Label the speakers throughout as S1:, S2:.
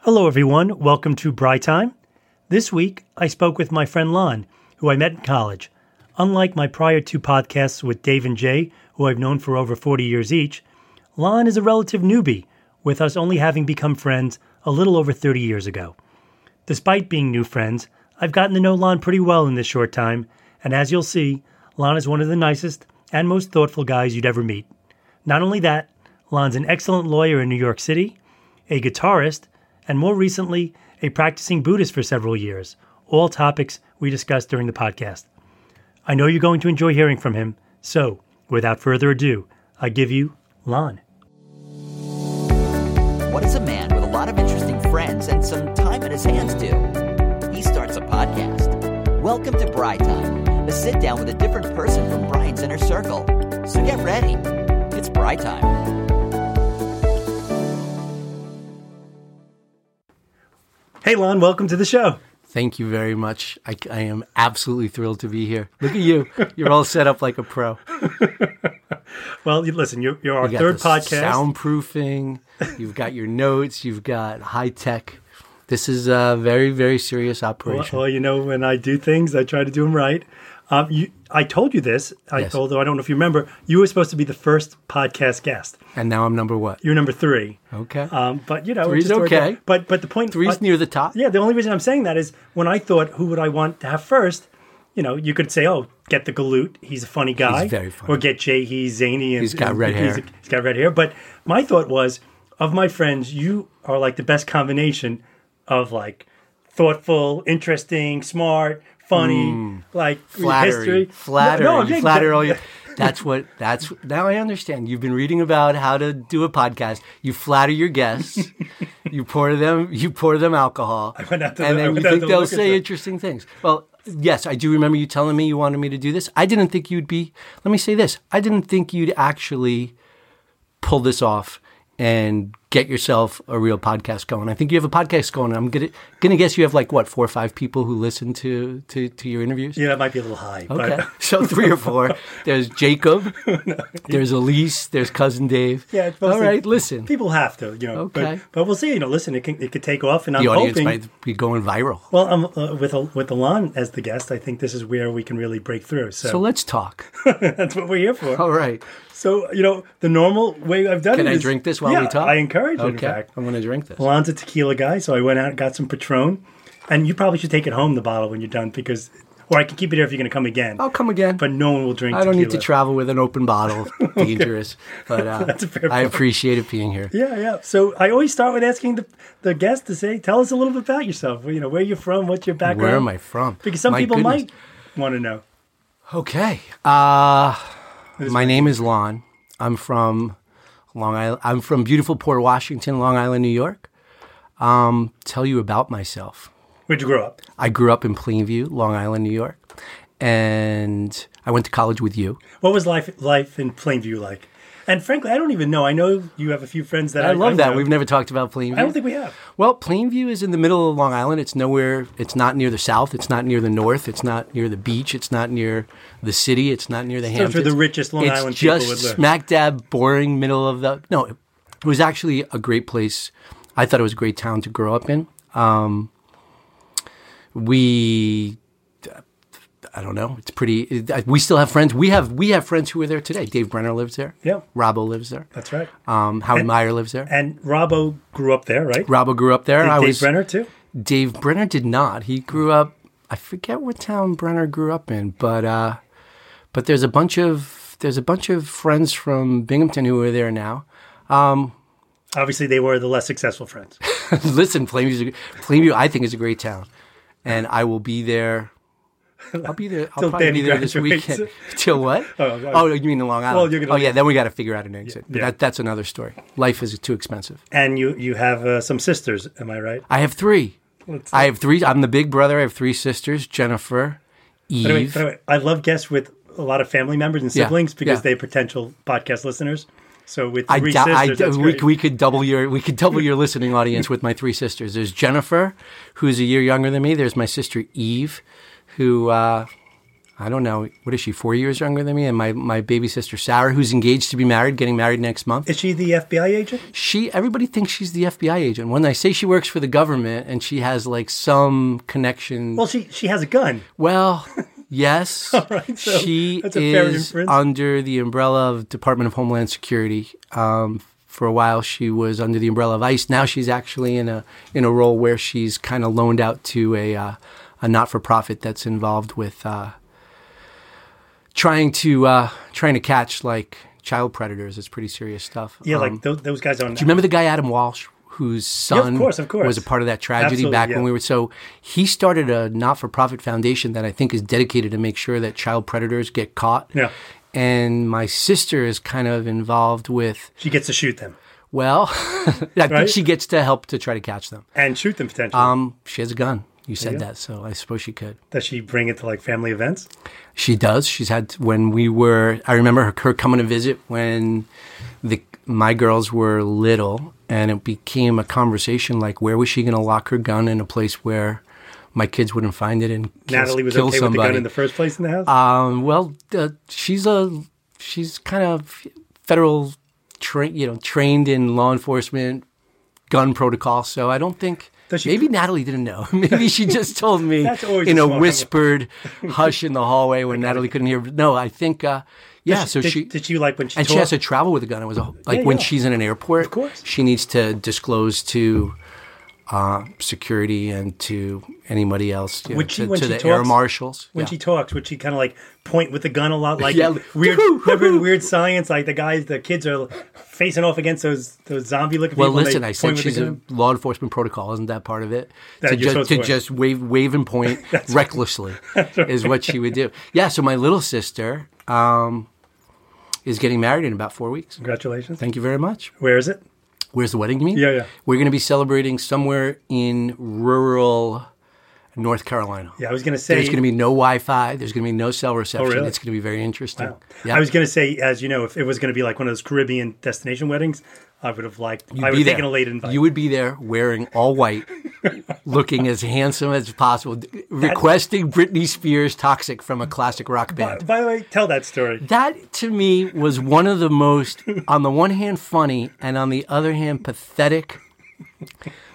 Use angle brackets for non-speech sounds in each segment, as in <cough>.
S1: Hello, everyone. Welcome to Bry Time. This week, I spoke with my friend Lon, who I met in college. Unlike my prior two podcasts with Dave and Jay, who I've known for over 40 years each, Lon is a relative newbie, with us only having become friends a little over 30 years ago. Despite being new friends, I've gotten to know Lon pretty well in this short time, and as you'll see, Lon is one of the nicest and most thoughtful guys you'd ever meet. Not only that, Lon's an excellent lawyer in New York City, a guitarist, and more recently, a practicing Buddhist for several years, all topics we discussed during the podcast. I know you're going to enjoy hearing from him, so without further ado, I give you Lon.
S2: What does a man with a lot of interesting friends and some time on his hands do? He starts a podcast. Welcome to Bri Time, a sit down with a different person from Brian's inner circle. So get ready. It's Bri Time.
S1: Hey, Lon, welcome to the show.
S3: Thank you very much. I, I am absolutely thrilled to be here. Look at you. You're all set up like a pro.
S1: Well, you- listen, you're, you're our
S3: You got
S1: third
S3: the
S1: podcast.
S3: Soundproofing. You've got your notes. You've got high tech. This is a very, very serious
S1: Well,
S3: operation.
S1: well, you know, when I do things, I try to do them right. Um, you, I told you this, I,
S3: Yes.
S1: although I don't know if you remember, you were supposed to be the first podcast guest.
S3: And now I'm number what?
S1: You're number three.
S3: Okay.
S1: Um, but, you know, it
S3: Three's
S1: just worked
S3: okay.
S1: out. But, but the point
S3: Three's
S1: uh,
S3: near the top.
S1: Yeah, the only reason I'm saying that is when I thought who would I want to have first, you know, you could say, oh, get the Galoot, he's a funny guy,
S3: very funny.
S1: or get Jay, he's zany, and
S3: He's got
S1: and-
S3: red
S1: he's-
S3: hair.
S1: he's got red hair. But my thought was, of my friends, you are like the best combination of like thoughtful, interesting, smart, funny, like
S3: Hmm. Flattery.
S1: history,
S3: Flattery.
S1: No, no, I'm
S3: you
S1: saying-
S3: flatter
S1: <laughs>
S3: all your. <laughs> That's what. That's now I understand. You've been reading about how to do a podcast. You flatter your guests. you pour them. You pour them alcohol,
S1: went out to
S3: and
S1: the- I
S3: then you
S1: went out
S3: think
S1: to
S3: they'll
S1: look at
S3: say
S1: the-
S3: interesting things. Well, yes, I do remember you telling me you wanted me to do this. I didn't think you'd be. Let me say this. I didn't think you'd actually pull this off and get yourself a real podcast going. I think you have a podcast going. I'm gonna gonna guess you have like what four or five people who listen to to, to your interviews.
S1: You know, that might be a little high.
S3: Okay.
S1: But,
S3: so uh, three
S1: <laughs>
S3: or four. There's Jacob. <laughs> There's Elise. There's cousin Dave.
S1: yeah, it's
S3: All
S1: mostly-
S3: right. Listen,
S1: People have to, you know.
S3: Okay.
S1: But, but we'll see. You know, listen, it, can, it could take off, and
S3: the
S1: I'm
S3: audience
S1: hoping
S3: might be going viral.
S1: Well, um, uh, with Al- with Alon as the guest, I think this is where we can really break through. So,
S3: So
S1: <laughs>
S3: let's talk.
S1: that's what we're here for.
S3: All right.
S1: So you know, the normal way I've done
S3: Can
S1: it
S3: I
S1: is-
S3: drink this while
S1: yeah,
S3: we talk?
S1: I encourage it. In
S3: Okay.
S1: fact,
S3: I'm going to drink this.
S1: Alon's a tequila guy, so I went out and got some Patron, and you probably should take it home the bottle when you're done because, or I can keep it here if you're going to come again.
S3: I'll come again.
S1: But no one will drink.
S3: Oh. I don't need to
S1: tequila.
S3: travel with an
S1: <laughs>
S3: open bottle. Dangerous. But uh,
S1: That's a fair
S3: I
S1: point.
S3: appreciate it being here.
S1: Yeah, yeah. So I always start with asking the, the guest to say, "Tell us a little bit about yourself. You know, where you're from, what's your background."
S3: Where am I from?
S1: Because some
S3: My
S1: people
S3: goodness.
S1: might want to know.
S3: Okay. Uh, my name is Lon. I'm from Long Island. I'm from beautiful Port Washington, Long Island, New York. Um, tell you about myself.
S1: Where'd you grow up?
S3: I grew up in Plainview, Long Island, New York, and I went to college with you.
S1: What was life life in Plainview like? And frankly, I don't even know. I know you have a few friends that I,
S3: I love that.
S1: know.
S3: We've never talked about Plainview.
S1: I don't think we have.
S3: Well, Plainview is in the middle of Long Island. It's nowhere. It's not near the south. It's not near the north. It's not near the beach. It's not near the city. It's not near the
S1: where
S3: Hamptons.
S1: the richest Long
S3: it's
S1: Island people
S3: just
S1: would live.
S3: smack dab, boring middle of the. No, it was actually a great place. I thought it was a great town to grow up in. Um, we. I don't know. It's pretty. We still have friends. We have we have friends who are there today. Dave Brenner lives there.
S1: Yeah.
S3: Robbo lives there.
S1: That's right.
S3: Um, Howard Meyer lives there.
S1: And Robbo grew up there, right?
S3: Robbo grew up there. I
S1: Dave
S3: was,
S1: Brenner too.
S3: Dave Brenner did not. He grew up. I forget what town Brenner grew up in, but uh, but there's a bunch of there's a bunch of friends from Binghamton who are
S1: <laughs>
S3: there now.
S1: Obviously, they were the less successful friends.
S3: Listen, Plainview, Plainview, I think is a great town, and I will be there. I'll be there. I'll
S1: Till
S3: probably
S1: Danny
S3: be there this
S1: graduates.
S3: weekend. <laughs> Till what?
S1: Oh,
S3: Oh,
S1: God.
S3: you mean in Long Island?
S1: you're gonna
S3: oh
S1: leave.
S3: yeah, then we got to figure out an exit. But
S1: yeah.
S3: That, that's another story. Life is too expensive.
S1: And you you have uh, some sisters, am I right?
S3: I have three. I have three. I'm the big brother. I have three sisters: Jennifer, Eve.
S1: By the way- by the way, I love guests with a lot of family members and
S3: Yeah,
S1: siblings because
S3: yeah.
S1: they're potential podcast listeners. So with
S3: I
S1: three
S3: doubt- I
S1: sisters,
S3: d-
S1: that's
S3: we,
S1: great.
S3: we could double your we could double your listening audience with my three sisters. There's Jennifer, who's a year younger than me. There's my sister Eve, who uh, I don't know, what is she, four years younger than me? And my, my baby sister, Sarah, who's engaged to be married, getting married next month.
S1: Is she the FBI agent?
S3: she everybody thinks she's the FBI agent. When I say she works for the government and she has like some connection,
S1: Well,
S3: well,
S1: she she has a gun.
S3: yes,
S1: <laughs> right, so
S3: she
S1: that's a fair
S3: is
S1: inference.
S3: under the umbrella of Department of Homeland Security. Um, for a while, she was under the umbrella of ICE. Now she's actually in a in a role where she's kind of loaned out to a uh, a not for profit that's involved with uh, trying to uh, trying to catch like child predators. It's pretty serious stuff.
S1: Yeah,
S3: Um,
S1: like those, those guys on.
S3: do you remember the guy Adam Walsh whose son
S1: course, of course.
S3: was a part of that tragedy
S1: Absolutely,
S3: back
S1: yeah.
S3: when we were so he started a not-for-profit foundation that I think is dedicated to make sure that child predators get caught.
S1: Yeah.
S3: And my sister is kind of involved with
S1: She gets to shoot them
S3: well, <laughs> I
S1: Right?
S3: think she gets to help to try to catch them.
S1: and shoot them potentially.
S3: Um, she has a gun. You said that, so I suppose she could.
S1: Does she bring it to like family events?
S3: She does. She's had when we were. I remember her, her coming to visit when the my girls were little, and it became a conversation like where was she going to lock her gun in a place where my kids wouldn't find it and kill,
S1: Natalie was
S3: kill
S1: okay
S3: somebody.
S1: with the gun in the first place in the house.
S3: um, well, uh, she's a she's kind of federal, tra- you know, trained in law enforcement gun protocol. So I don't think.
S1: Does she-
S3: Maybe Natalie didn't know. <laughs> Maybe she just told me
S1: <laughs> That's always
S3: in
S1: a
S3: a
S1: smart-
S3: whispered
S1: <laughs>
S3: hush in the hallway when Natalie couldn't hear. No, I think, uh, yeah. so
S1: did,
S3: she
S1: did you like when she
S3: and
S1: tore,
S3: she has to travel with a gun. It was a, like
S1: Yeah,
S3: when
S1: yeah.
S3: she's in an airport, of
S1: course.
S3: she needs to disclose to uh, security and to anybody else, you know,
S1: Would she-
S3: to,
S1: when
S3: to
S1: she
S3: the air
S1: talks-
S3: marshals.
S1: when
S3: Yeah.
S1: she talks, would she kind of like point with the gun a lot, like
S3: Yeah.
S1: weird?
S3: Woo-hoo,
S1: remember in
S3: woo-hoo.
S1: Weird Science, like the guys, the kids are facing off against those those zombie looking.
S3: Well,
S1: people and they
S3: listen, I
S1: point
S3: said
S1: with the
S3: she's a
S1: gun?
S3: law enforcement protocol. Isn't that part of it?
S1: That
S3: to
S1: you're supposed
S3: just, to
S1: to wear.
S3: just wave, wave
S1: <laughs>
S3: and point recklessly is what she would do. Yeah. So my little sister um, is getting married in about four weeks.
S1: Congratulations.
S3: Thank you very much.
S1: Where is it?
S3: Where's the wedding? You mean?
S1: Yeah, yeah.
S3: We're going to be celebrating somewhere in rural North Carolina.
S1: Yeah, I was gonna say
S3: There's going to be no Wi-Fi. There's going to be no cell reception.
S1: really?
S3: It's going to be very interesting. Yeah.
S1: I was gonna say, as you know, if it was gonna be like one of those Caribbean destination weddings, I would have liked. I would
S3: be
S1: have
S3: there.
S1: taken a late invite.
S3: You would be there wearing all
S1: <laughs>
S3: white, looking as handsome as possible, d- requesting Britney Spears "Toxic" from a classic rock
S1: by,
S3: band.
S1: by the way, tell that story.
S3: That to me was one of the most, on the one hand, funny, and on the other hand, pathetic,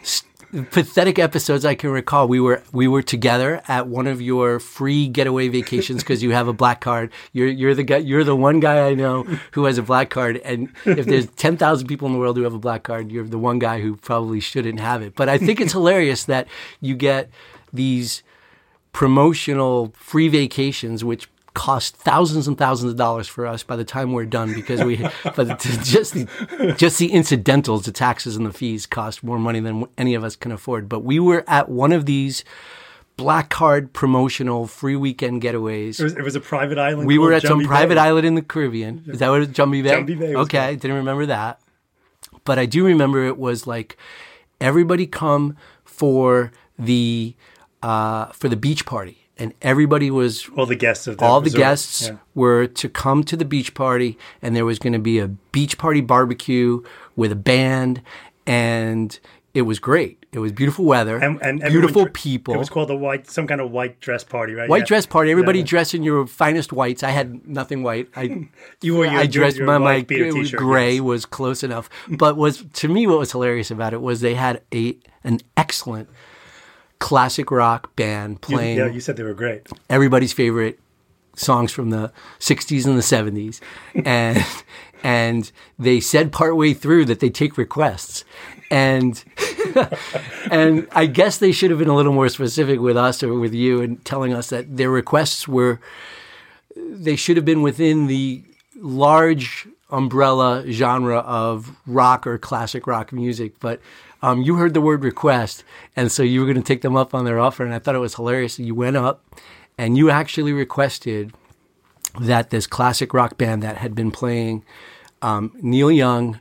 S3: s- pathetic episodes I can recall. We were we were together at one of your free getaway vacations because you have a black card. You're you're the guy. You're the one guy I know who has a black card. And if there's ten thousand people in the world who have a black card, you're the one guy who probably shouldn't have it. But I think it's hilarious that you get these promotional free vacations, which cost thousands and thousands of dollars for us by the time we're done because we <laughs> but the- just the, just the incidentals the taxes and the fees cost more money than any of us can afford but we were at one of these black card promotional free weekend getaways
S1: It was, it was a private island.
S3: we were
S1: called
S3: at some
S1: Jumbie
S3: private
S1: Oh, Bay.
S3: island in the Caribbean. Is that what it Jumbie Bay?
S1: Jumbie Bay was
S3: okay, didn't remember that. But I do remember it was like everybody come for the uh, for the beach party, and everybody was
S1: All the guests of the
S3: all the
S1: resort.
S3: guests
S1: Yeah.
S3: were to come to the beach party, and there was going to be a beach party barbecue with a band, and it was great. It was beauytiful weather,
S1: And, and everyone
S3: beautiful
S1: dre-
S3: people.
S1: It was called the white, some kind of white dress party, right?
S3: White
S1: Yeah.
S3: dress party.
S1: Yeah,
S3: Everybody
S1: yeah.
S3: dressed in your finest whites. I had nothing white.
S1: <laughs>
S3: I
S1: You were. Your,
S3: I dressed
S1: your,
S3: my
S1: your
S3: my
S1: white beater t-shirt,
S3: gray
S1: yes.
S3: was close enough, but was to me what was hilarious about it was they had a an excellent classic rock band
S1: You-
S3: playing
S1: yeah, you said they were great.
S3: everybody's favorite songs from the 60s and the
S1: <laughs>
S3: 70s and and they said partway through that they take requests and <laughs> and I guess they should have been a little more specific with us or with you and telling us that their requests were they should have been within the large umbrella genre of rock or classic rock music. But um, you heard the word request, and so you were going to take them up on their offer. And I thought it was hilarious. You went up and you actually requested that this classic rock band that had been playing um, Neil Young,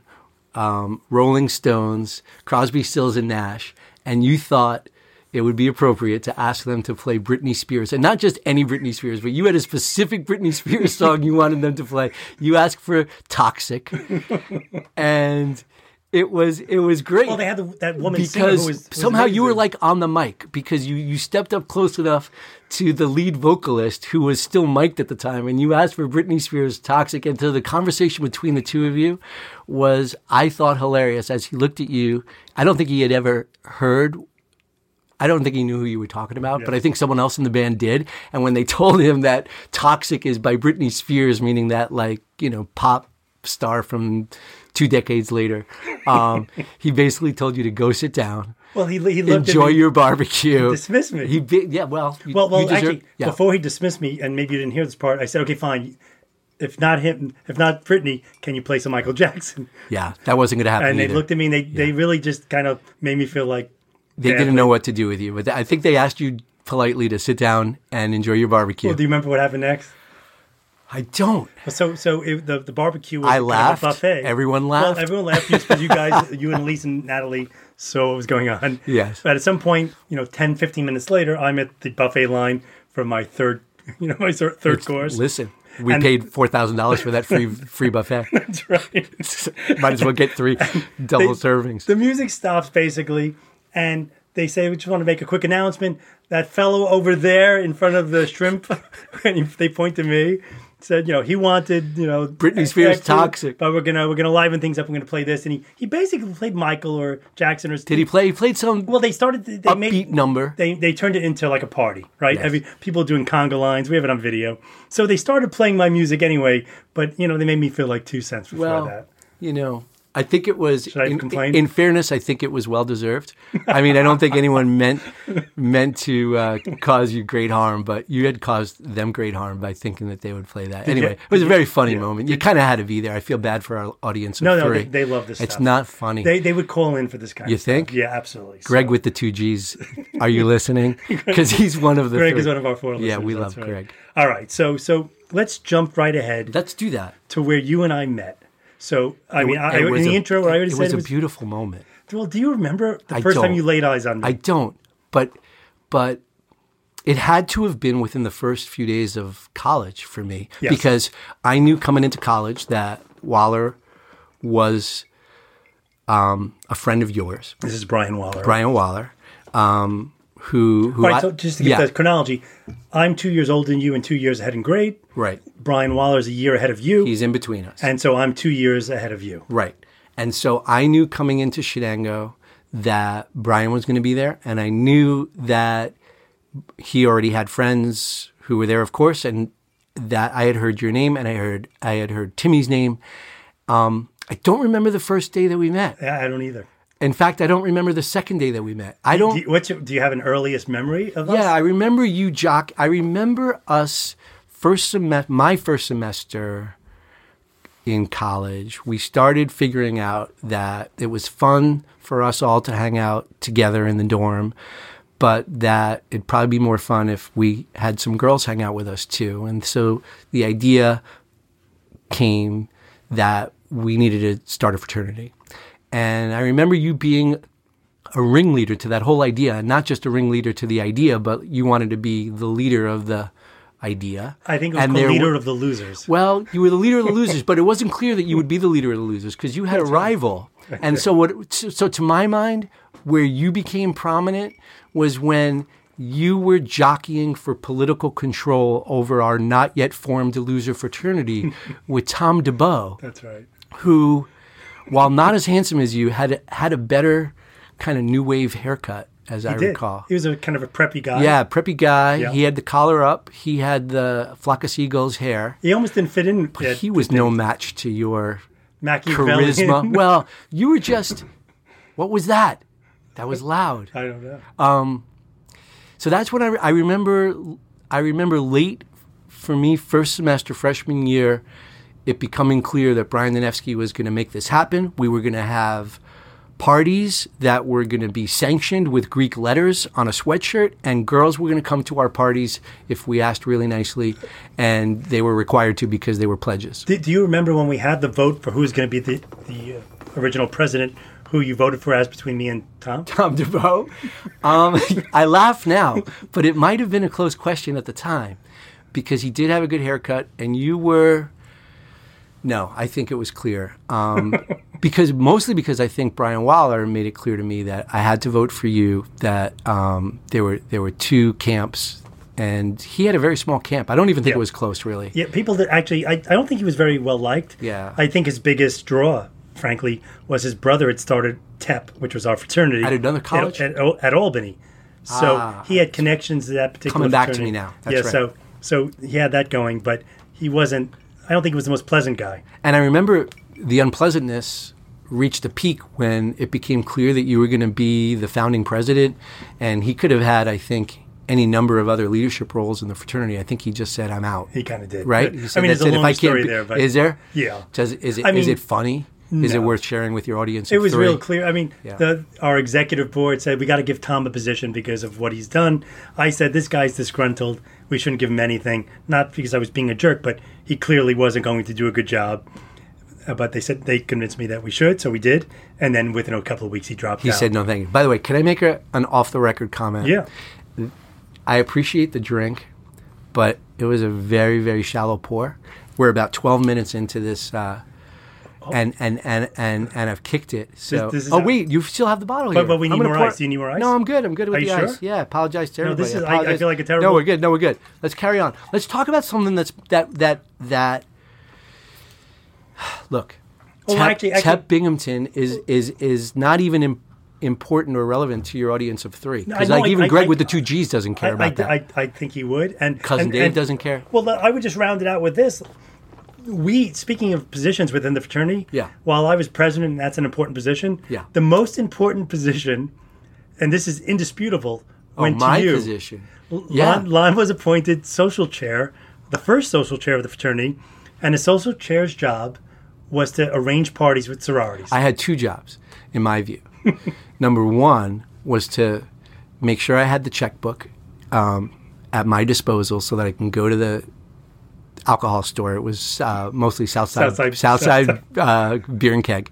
S3: um, Rolling Stones, Crosby, Stills, and Nash, and you thought it would be appropriate to ask them to play Britney Spears, and not just any Britney Spears, but you had a specific
S1: <laughs>
S3: Britney Spears song you wanted them to play. You asked for Toxic, and It was it was great.
S1: Well, they had the, that woman singer
S3: because
S1: who was, who was
S3: somehow you were
S1: amazing.
S3: like on the mic because you you stepped up close enough to the lead vocalist who was still mic'd at the time, and you asked for Britney Spears' "Toxic," and so the conversation between the two of you was I thought hilarious as he looked at you. I don't think he had ever heard. I don't think he knew who you were talking about, but I think someone else in the band did. And when they <laughs> told him that "Toxic" is by Britney Spears, meaning that like you know pop star from two decades later,
S1: <laughs>
S3: um, he basically told you to go sit down
S1: well, he he looked
S3: enjoy
S1: at me,
S3: your barbecue.
S1: dismissed me.
S3: He be, yeah, well, you,
S1: well, well,
S3: you deserve-
S1: actually,
S3: yeah.
S1: before he dismissed me, and maybe you didn't hear this part, I said, okay, fine. If not him, if not Britney, can you play some Michael Jackson?
S3: yeah, that wasn't going to happen.
S1: And they
S3: either.
S1: looked at me and they, they really just kind of made me feel like
S3: They didn't know what to do with you, but I think they asked you politely to sit down and enjoy your barbecue.
S1: Well, do you remember what happened next?
S3: I don't.
S1: So, so it, the the barbecue was
S3: I
S1: kind of a
S3: laughed.
S1: buffet.
S3: Everyone laughed.
S1: Well, everyone laughed because you guys, <laughs> you and Elise and Natalie, saw what was going on.
S3: Yes.
S1: But at some point, you know, 10, 15 minutes later, I'm at the buffet line for my third, <laughs> you know, my third third course.
S3: Listen, we
S1: And-
S3: paid four thousand dollars for that free free buffet.
S1: <laughs> That's right.
S3: <laughs> Might as well
S1: <laughs>
S3: get three double servings.
S1: The music stops basically, and they say, "We just want to make a quick announcement." That fellow over there in front of the shrimp, <laughs> and he- they point to me, said, "You know, he wanted, you know,
S3: Britney Spears
S1: X,
S3: Toxic.
S1: but we're gonna we're gonna liven things up. We're gonna play this." And he he basically played Michael or Jackson or
S3: Did he play? He played some
S1: well, they started. They
S3: upbeat
S1: made
S3: number.
S1: they they turned it into like a party, right? Every people doing conga lines. We have it on video. So they started playing my music anyway, but you know they made me feel like two cents before
S3: well,
S1: that.
S3: you know, I think it was.
S1: I
S3: in,
S1: complain?
S3: in fairness, I think it was well deserved. I mean, I don't think anyone meant meant to uh, cause you great harm, but you had caused them great harm by thinking that they would play that. anyway, it was a very funny moment. You kind of had to be there. I feel bad for our audience. Of
S1: No, no,
S3: three.
S1: they, they love this.
S3: It's
S1: stuff.
S3: not funny.
S1: They they would call in for this kind.
S3: You
S1: of stuff.
S3: think?
S1: Yeah, absolutely. So
S3: Greg with the two G's. Are you
S1: <laughs>
S3: listening? Because he's one of the.
S1: Greg
S3: three.
S1: is one of our four. Listeners,
S3: Yeah, we
S1: that's
S3: love Greg.
S1: All right, so so let's jump right ahead
S3: Let's do that.
S1: to where you and I met. So I mean, I,
S3: It
S1: in
S3: was
S1: the
S3: a-
S1: intro, I already
S3: it
S1: said
S3: was
S1: it
S3: a
S1: was-
S3: beautiful moment.
S1: well, do you remember the
S3: I
S1: 1st time
S3: don't.
S1: you laid eyes on me?
S3: I don't. But but it had to have been within the first few days of college for me
S1: Yes.
S3: because I knew coming into college that Waller was um, a friend of yours,
S1: this is Brian Waller.
S3: Brian Waller, um, who who
S1: All right,
S3: I-
S1: so just to give
S3: yeah,
S1: that chronology, I'm two years older than you and two years ahead in grade.
S3: right.
S1: Brian Waller is a year ahead of you,
S3: He's in between us.
S1: and so I'm two years ahead of you.
S3: Right. And so I knew coming into Shenango that Brian was going to be there. And I knew that he already had friends who were there, of course, and that I had heard your name and I heard I had heard Timmy's name. Um, I don't remember the first day that we met.
S1: I I don't either.
S3: In fact, I don't remember the second day that we met. I don't.
S1: Do you, what's your, do you have an earliest memory of us?
S3: Yeah, I remember you, Jock. I remember us first semester, my first semester in college. We started figuring out that it was fun for us all to hang out together in the dorm, but that it'd probably be more fun if we had some girls hang out with us too. And so the idea came that we needed to start a fraternity. And I remember you being a ringleader to that whole idea, and not just a ringleader to the idea, but you wanted to be the leader of the idea.
S1: I think it was
S3: And
S1: called
S3: there
S1: Leader
S3: were-
S1: of the Losers.
S3: Well, you were the leader
S1: <laughs>
S3: of the losers, but it wasn't clear that you would be the leader of the losers because you had a rival. And so what? So, so to my mind, where you became prominent was when you were jockeying for political control over our not yet formed loser
S1: <laughs>
S3: fraternity with Tom DeBow
S1: That's right.
S3: who, while not as handsome as you, had had a better kind of new wave haircut, as I
S1: Did.
S3: recall.
S1: He was a kind of a preppy guy.
S3: Yeah, preppy guy.
S1: Yeah.
S3: He had the collar up. He had the flock of seagulls hair.
S1: He almost didn't fit in. But
S3: He was no match to your
S1: Machiavellian.
S3: charisma. <laughs> well, you were just. What was that? That was loud.
S1: <laughs> I don't know.
S3: So that's when I, I remember. I remember late for me, first semester, freshman year, it becoming clear that Brian Denevsky was going to make this happen. We were going to have parties that were going to be sanctioned with Greek letters on a sweatshirt, and girls were going to come to our parties if we asked really nicely, and they were required to because they were pledges.
S1: Do, do you remember when we had the vote for who was going to be the, the uh, original president, who you voted for as between me and Tom?
S3: Tom DeVoe. Um, <laughs> I laugh now, but it might have been a close question at the time because he did have a good haircut and you were. No, I think it was clear. Um, because mostly because I think Brian Waller made it clear to me that I had to vote for you. That um, there were there were two camps, and he had a very small camp. I don't even think
S1: Yeah.
S3: it was close, really.
S1: Yeah, people that actually, I, I don't think he was very well liked.
S3: Yeah.
S1: I think his biggest draw, frankly, was his brother had started TEP, which was our fraternity.
S3: At another college?
S1: At, at, at Albany. So
S3: Ah.
S1: he had connections to that particular
S3: Coming back to
S1: fraternity.
S3: me now. That's
S1: yeah,
S3: right.
S1: so, so he had that going, but he wasn't, I don't think he was the most pleasant guy.
S3: And I remember the unpleasantness reached a peak when it became clear that you were going to be the founding president. And he could have had, I think, any number of other leadership roles in the fraternity. I think he just said, "I'm out."
S1: He kind of did.
S3: right?
S1: But,
S3: He
S1: I
S3: said,
S1: mean, there's
S3: "That's
S1: a
S3: it. If
S1: long
S3: I can't
S1: story
S3: be-
S1: there, but.
S3: is there?
S1: Yeah.
S3: Does, is it?
S1: I
S3: is
S1: mean,
S3: it funny? Is it
S1: no.
S3: worth sharing with your audience?
S1: It
S3: of
S1: was
S3: three?
S1: real clear. I mean,
S3: Yeah.
S1: the, our executive board said we got to give Tom a position because of what he's done. I said this guy's disgruntled. We shouldn't give him anything. Not because I was being a jerk, but he clearly wasn't going to do a good job. Uh, But they said they convinced me that we should, so we did. And then within a couple of weeks, he dropped.
S3: He said no, thank you. By the way, can I make a, an off the record comment?
S1: "Yeah,
S3: I appreciate the drink, but it was a very very shallow pour. We're about twelve minutes into this. Uh, And, and, and, and, and I've kicked it. So
S1: Oh. this is
S3: oh
S1: how-
S3: wait, you still have the bottle here.
S1: but we need
S3: I'm gonna
S1: more
S3: pour-
S1: ice. Do you need more ice?
S3: No, I'm good. I'm good with
S1: Are
S3: the
S1: you sure?
S3: ice. Yeah, apologize to everybody.
S1: this is- I- I
S3: apologize.
S1: feel like a
S3: No,
S1: terrible-
S3: we're good. No, we're good. Let's carry on. Let's talk about something that's that that that. <sighs> Look,
S1: Well,
S3: Tep,
S1: Oh, actually- actually-
S3: Tep Binghamton is is is not even im- important or relevant to your audience of three.
S1: I
S3: Because
S1: know,
S3: like
S1: I-
S3: even
S1: I-
S3: Greg
S1: I-
S3: with the two G's doesn't care
S1: I,
S3: about that.
S1: I, I, I think he would." And
S3: Cousin
S1: and-
S3: Dave
S1: and-
S3: doesn't care.
S1: Well, I would just round it out with this. We, speaking of positions within the fraternity,
S3: Yeah.
S1: while I was president, and that's an important position,
S3: Yeah.
S1: the most important position, and this is indisputable,
S3: oh,
S1: went
S3: my
S1: to you.
S3: position.
S1: Lon, Lon was appointed social chair, the first social chair of the fraternity, and the social chair's job was to arrange parties with sororities.
S3: I had two jobs, in
S1: <laughs>
S3: my view. Number one was to make sure I had the checkbook um, at my disposal so that I can go to the alcohol store. It was uh, mostly Southside,
S1: Southside-
S3: Southside, <laughs> uh, beer and keg,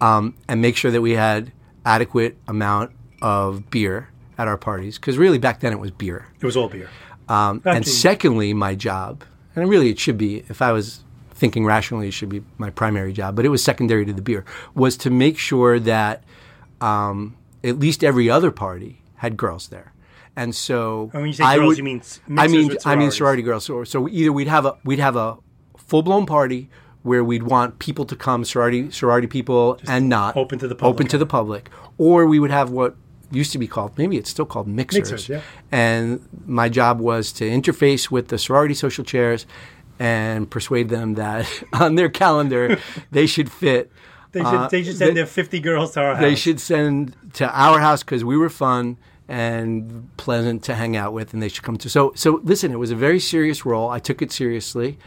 S3: um, and make sure that we had adequate amount of beer at our parties because really back then it was beer.
S1: it was all beer.
S3: Um, and
S1: Actually-
S3: secondly, my job, and really it should be, if I was thinking rationally, it should be my primary job, but it was secondary to the beer, was to make sure that um, at least every other party had girls there. And so
S1: And when you say
S3: I
S1: girls,
S3: would-
S1: you mean s-
S3: I
S1: mixers
S3: mean
S1: with
S3: I mean
S1: sororities.
S3: sorority girls. So, so either we'd have a we'd have a full blown party where we'd want people to come sorority sorority people and not
S1: open to the
S3: open
S1: public.
S3: to the public, or we would have what used to be called maybe it's still called mixers.
S1: Mixers, yeah.
S3: And my job was to interface with the sorority social chairs and persuade them that <laughs> on their
S1: <laughs>
S3: calendar they should fit.
S1: They should,
S3: uh,
S1: they should send their 50 girls to our house.
S3: they should send to our house because we were fun and pleasant to hang out with, and they should come to. So, so listen, it was a very serious role. I took it seriously.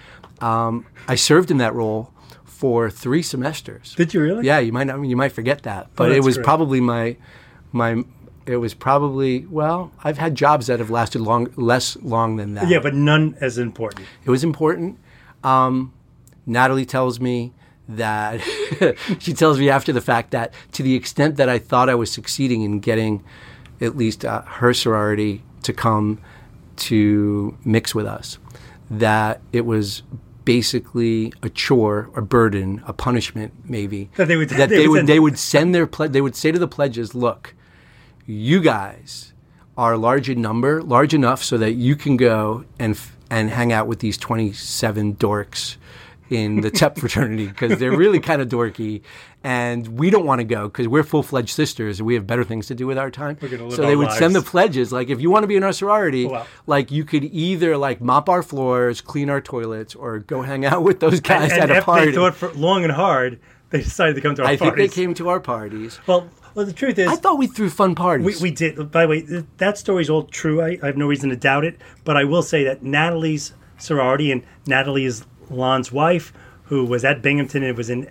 S3: Um, I served in that role for three semesters.
S1: Did you really?
S3: Yeah, you might not, you might forget that, but it
S1: that's
S3: was
S1: great.
S3: probably my my. It was probably well. I've had jobs that have lasted long less long than that.
S1: Yeah, but none as important.
S3: It was important. Um, Natalie tells me that <laughs> she tells me after the fact that to the extent that I thought I was succeeding in getting at least uh, her sorority to come to mix with us, that it was basically a chore, a burden, a punishment, maybe
S1: That they would- <laughs>
S3: that
S1: they
S3: they,
S1: would
S3: would,
S1: send-
S3: they would send their pledge. They would say to the pledges, "Look, you guys are large in number, large enough so that you can go and f- and hang out with these 27 dorks in the
S1: <laughs>
S3: TEP fraternity because they're really kind of dorky, and we don't want to go because we're full fledged sisters and we have better things to do with our time.
S1: gonna live
S3: so
S1: our
S3: they would send the
S1: lives. Oh,
S3: pledges like if you want to be in our sorority,
S1: Wow.
S3: like you could either like mop our floors, clean our toilets, or go hang out with those guys
S1: and
S3: at a
S1: after
S3: party.
S1: they thought for long and hard, they decided to come to our
S3: I think
S1: parties.
S3: they came to our parties.
S1: Well, well, the truth is,
S3: I thought we threw fun parties.
S1: We, we did. By the way, th- that story's all true. I, I have no reason to doubt it. But I will say that Natalie's sorority and Natalie is Lon's wife, who was at Binghamton and was in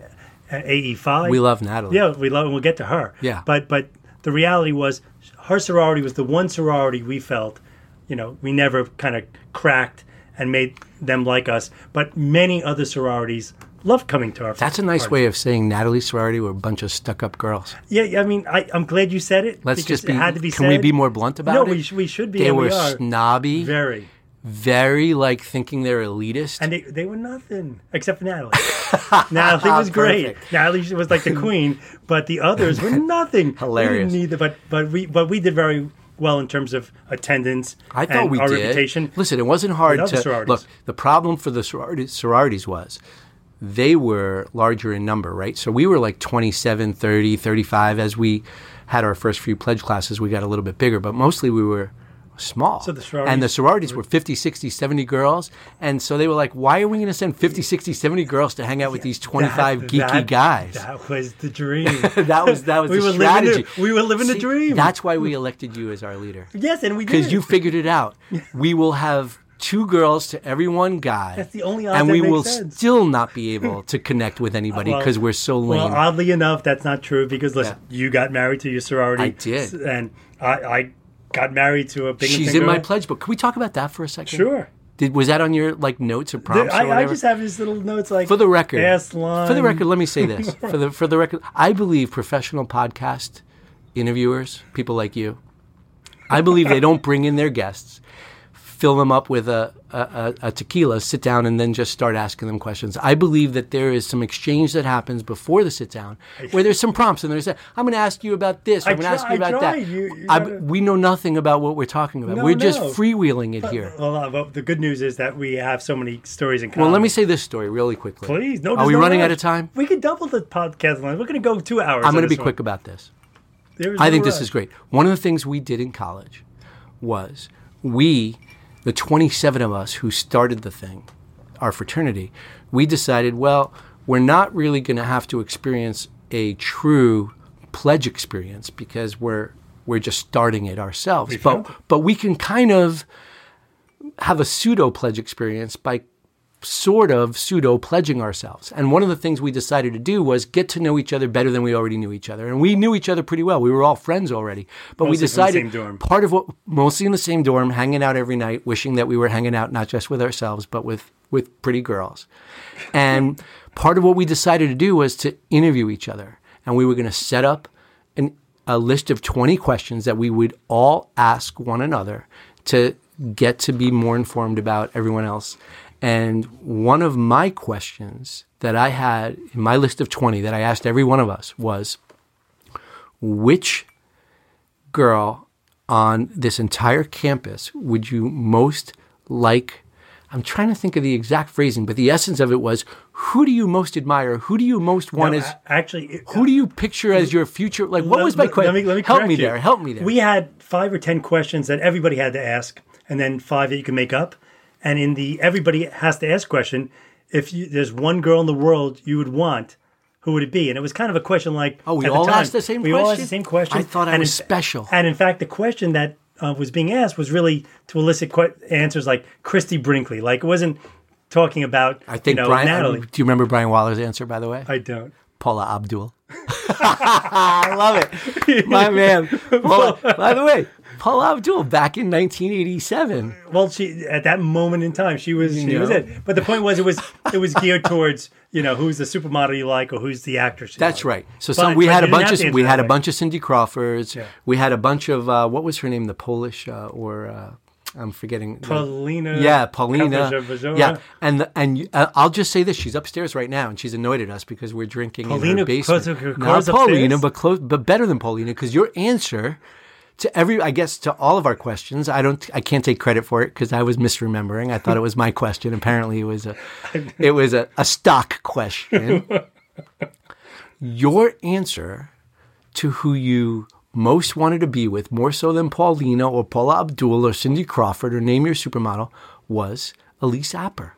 S1: uh, AE5.
S3: We love Natalie.
S1: Yeah, we love, and we'll get to her.
S3: Yeah.
S1: But but the reality was, her sorority was the one sorority we felt, you know, we never kind of cracked and made them like us. But many other sororities love coming to our.
S3: That's a nice way of saying Natalie Sorority were a bunch of stuck-up girls.
S1: Yeah, yeah, I mean, I, I'm glad you said it.
S3: Let's
S1: because
S3: just be.
S1: It had to be
S3: can
S1: said.
S3: we be more blunt about
S1: no,
S3: it?
S1: we, sh- we should be.
S3: They
S1: and
S3: were
S1: we are.
S3: snobby.
S1: Very.
S3: very like thinking they're elitist.
S1: And they, they were nothing except for
S3: <laughs>
S1: Natalie. Natalie was great.
S3: Perfect.
S1: Natalie she was like the queen, but the others
S3: <laughs>
S1: were nothing.
S3: Hilarious.
S1: We didn't need the, but but we but we did very well in terms of attendance.
S3: I thought
S1: and
S3: we
S1: our
S3: did.
S1: reputation.
S3: Listen, it wasn't hard
S1: Without the
S3: to
S1: sororities.
S3: look. The problem for the sororities, sororities was they were larger in number, right? So we were like 27, 30, 35 as we had our first few pledge classes, we got a little bit bigger, but mostly we were small. So
S1: the
S3: and the
S1: sororities
S3: sororities were 50, 60, 70 girls, and so they were like, why are we going to send 50, 60, 70 girls to hang out with these
S1: <laughs>
S3: 25
S1: That-
S3: geeky
S1: that-
S3: guys?
S1: That was the dream.
S3: <laughs> that was that was
S1: We
S3: the
S1: were living the-
S3: strategy.
S1: we were living the dream.
S3: That's why we elected you as our leader
S1: yes, and we did.
S3: because you figured it
S1: <laughs>
S3: out. We will have two girls to every one guy.
S1: That's the only odds
S3: and
S1: that
S3: we
S1: make
S3: will
S1: sense.
S3: still
S1: <laughs>
S3: not be able to connect with anybody
S1: Well-
S3: because we're so lame.
S1: Well, oddly enough, that's not true because listen, you got married to your sorority.
S3: I did.
S1: and I, I got married to a Binghamton
S3: She's in my
S1: girl.
S3: pledge book. Can we talk about that for a second?
S1: Sure.
S3: Did was that on your like notes or prompts or
S1: I, I
S3: whatever?
S1: just have these little notes like
S3: for the record,
S1: ass line.
S3: for the record, let me say
S1: <laughs>
S3: this. for the for the record, I believe professional podcast interviewers, people like you, I believe they don't bring in their guests, fill them up with a, a, a, a tequila, sit down, and then just start asking them questions. I believe that there is some exchange that happens before the sit down where there's some prompts and there's a, I'm going to ask you about this,
S1: I
S3: I'm going to
S1: try-
S3: ask you
S1: I
S3: about that.
S1: tried. You- you
S3: I-
S1: gotta-
S3: we know nothing about what we're talking about.
S1: No,
S3: we're just
S1: no.
S3: freewheeling it here.
S1: <laughs> Well, uh, but the good news is that we have so many stories in common.
S3: Well, let me say this story really quickly.
S1: Please, no.
S3: Are
S1: there's
S3: we
S1: no
S3: running
S1: rush.
S3: out of time?
S1: We could double the podcast line. We're going to go two hours.
S3: I'm
S1: going
S3: going
S1: to
S3: to be quick about this.
S1: There is
S3: I
S1: no
S3: think this
S1: rush.
S3: is great. One of the things we did in college was we, the 27 of us who started the thing, our fraternity, we decided, well, we're not really going to have to experience a true pledge experience because we're we're just starting it ourselves.
S1: found
S3: But but we can kind of have a pseudo pledge experience by sort of pseudo pledging ourselves. And one of the things we decided to do was get to know each other better than we already knew each other. And we knew each other pretty well. We were all friends already. But we
S1: Mostly from the
S3: decided
S1: same dorm.
S3: part of what mostly in the same dorm, hanging out every night, wishing that we were hanging out not just with ourselves, but with with pretty girls. And <laughs> part of what we decided to do was to interview each other. And we were going to set up an, a list of 20 questions that we would all ask one another to get to be more informed about everyone else. And one of my questions that I had in my list of 20 that I asked every one of us was which girl on this entire campus would you most like? I'm trying to think of the exact phrasing, but the essence of it was who do you most admire? Who do you most want
S1: No,
S3: as
S1: a- actually, it-
S3: who do you picture as your future? Like, what
S1: let-
S3: was my
S1: let-
S3: question?
S1: Let me, let me
S3: help
S1: correct
S3: me
S1: you.
S3: there. Help me there.
S1: We had five or ten questions that everybody had to ask, and then five that you can make up. And in the everybody has to ask question, if you, there's one girl in the world you would want, who would it be? And it was kind of a question like,
S3: Oh, we
S1: at
S3: all
S1: time,
S3: asked the same
S1: we all asked
S3: question?
S1: the same question.
S3: I thought I
S1: And
S3: was
S1: in fa-
S3: special.
S1: And in fact, the question that uh, was being asked was really to elicit que- answers like Christy Brinkley. Like it wasn't talking about
S3: I think
S1: you know,
S3: Brian. um,
S1: Natalie.
S3: Do you remember Brian Waller's answer, by the way?
S1: I don't.
S3: Paula
S1: <laughs>
S3: Abdul. <laughs> I love it. My man.
S1: <laughs>
S3: Paula, by the way, Paula Abdul back in 1987.
S1: Well, she at that moment in time, she was she
S3: know?
S1: was it. But the point was, it was it was geared towards you know who's the supermodel you like or who's the actress. You
S3: That's
S1: like.
S3: right. So
S1: But-
S3: some, we
S1: but you
S3: had a
S1: didn't
S3: bunch
S1: have
S3: of
S1: to
S3: we
S1: answer
S3: had
S1: that
S3: a
S1: way.
S3: bunch of Cindy Crawfords.
S1: Yeah.
S3: We had a bunch of uh, what was her name? The Polish uh, or uh, I'm forgetting. the-
S1: Paulina.
S3: Yeah, Paulina.
S1: Kawaja-Vajora.
S3: Yeah, and the, and you, uh, I'll just say this: she's upstairs right now, and she's annoyed at us because we're drinking in
S1: Paulina
S3: her basement.
S1: Kozukerkor's
S3: Not Paulina,
S1: upstairs?
S3: but close, but better than Paulina, because your answer to every, I guess, to all of our questions, I don't, I can't take credit for it because I was misremembering. I thought it was my question. Apparently, it was a, it was a, a
S1: <laughs>
S3: stock question. your answer to who you most wanted to be with, more so than Paulina or Paula Abdul or Cindy Crawford or name your supermodel, was Elise Apper,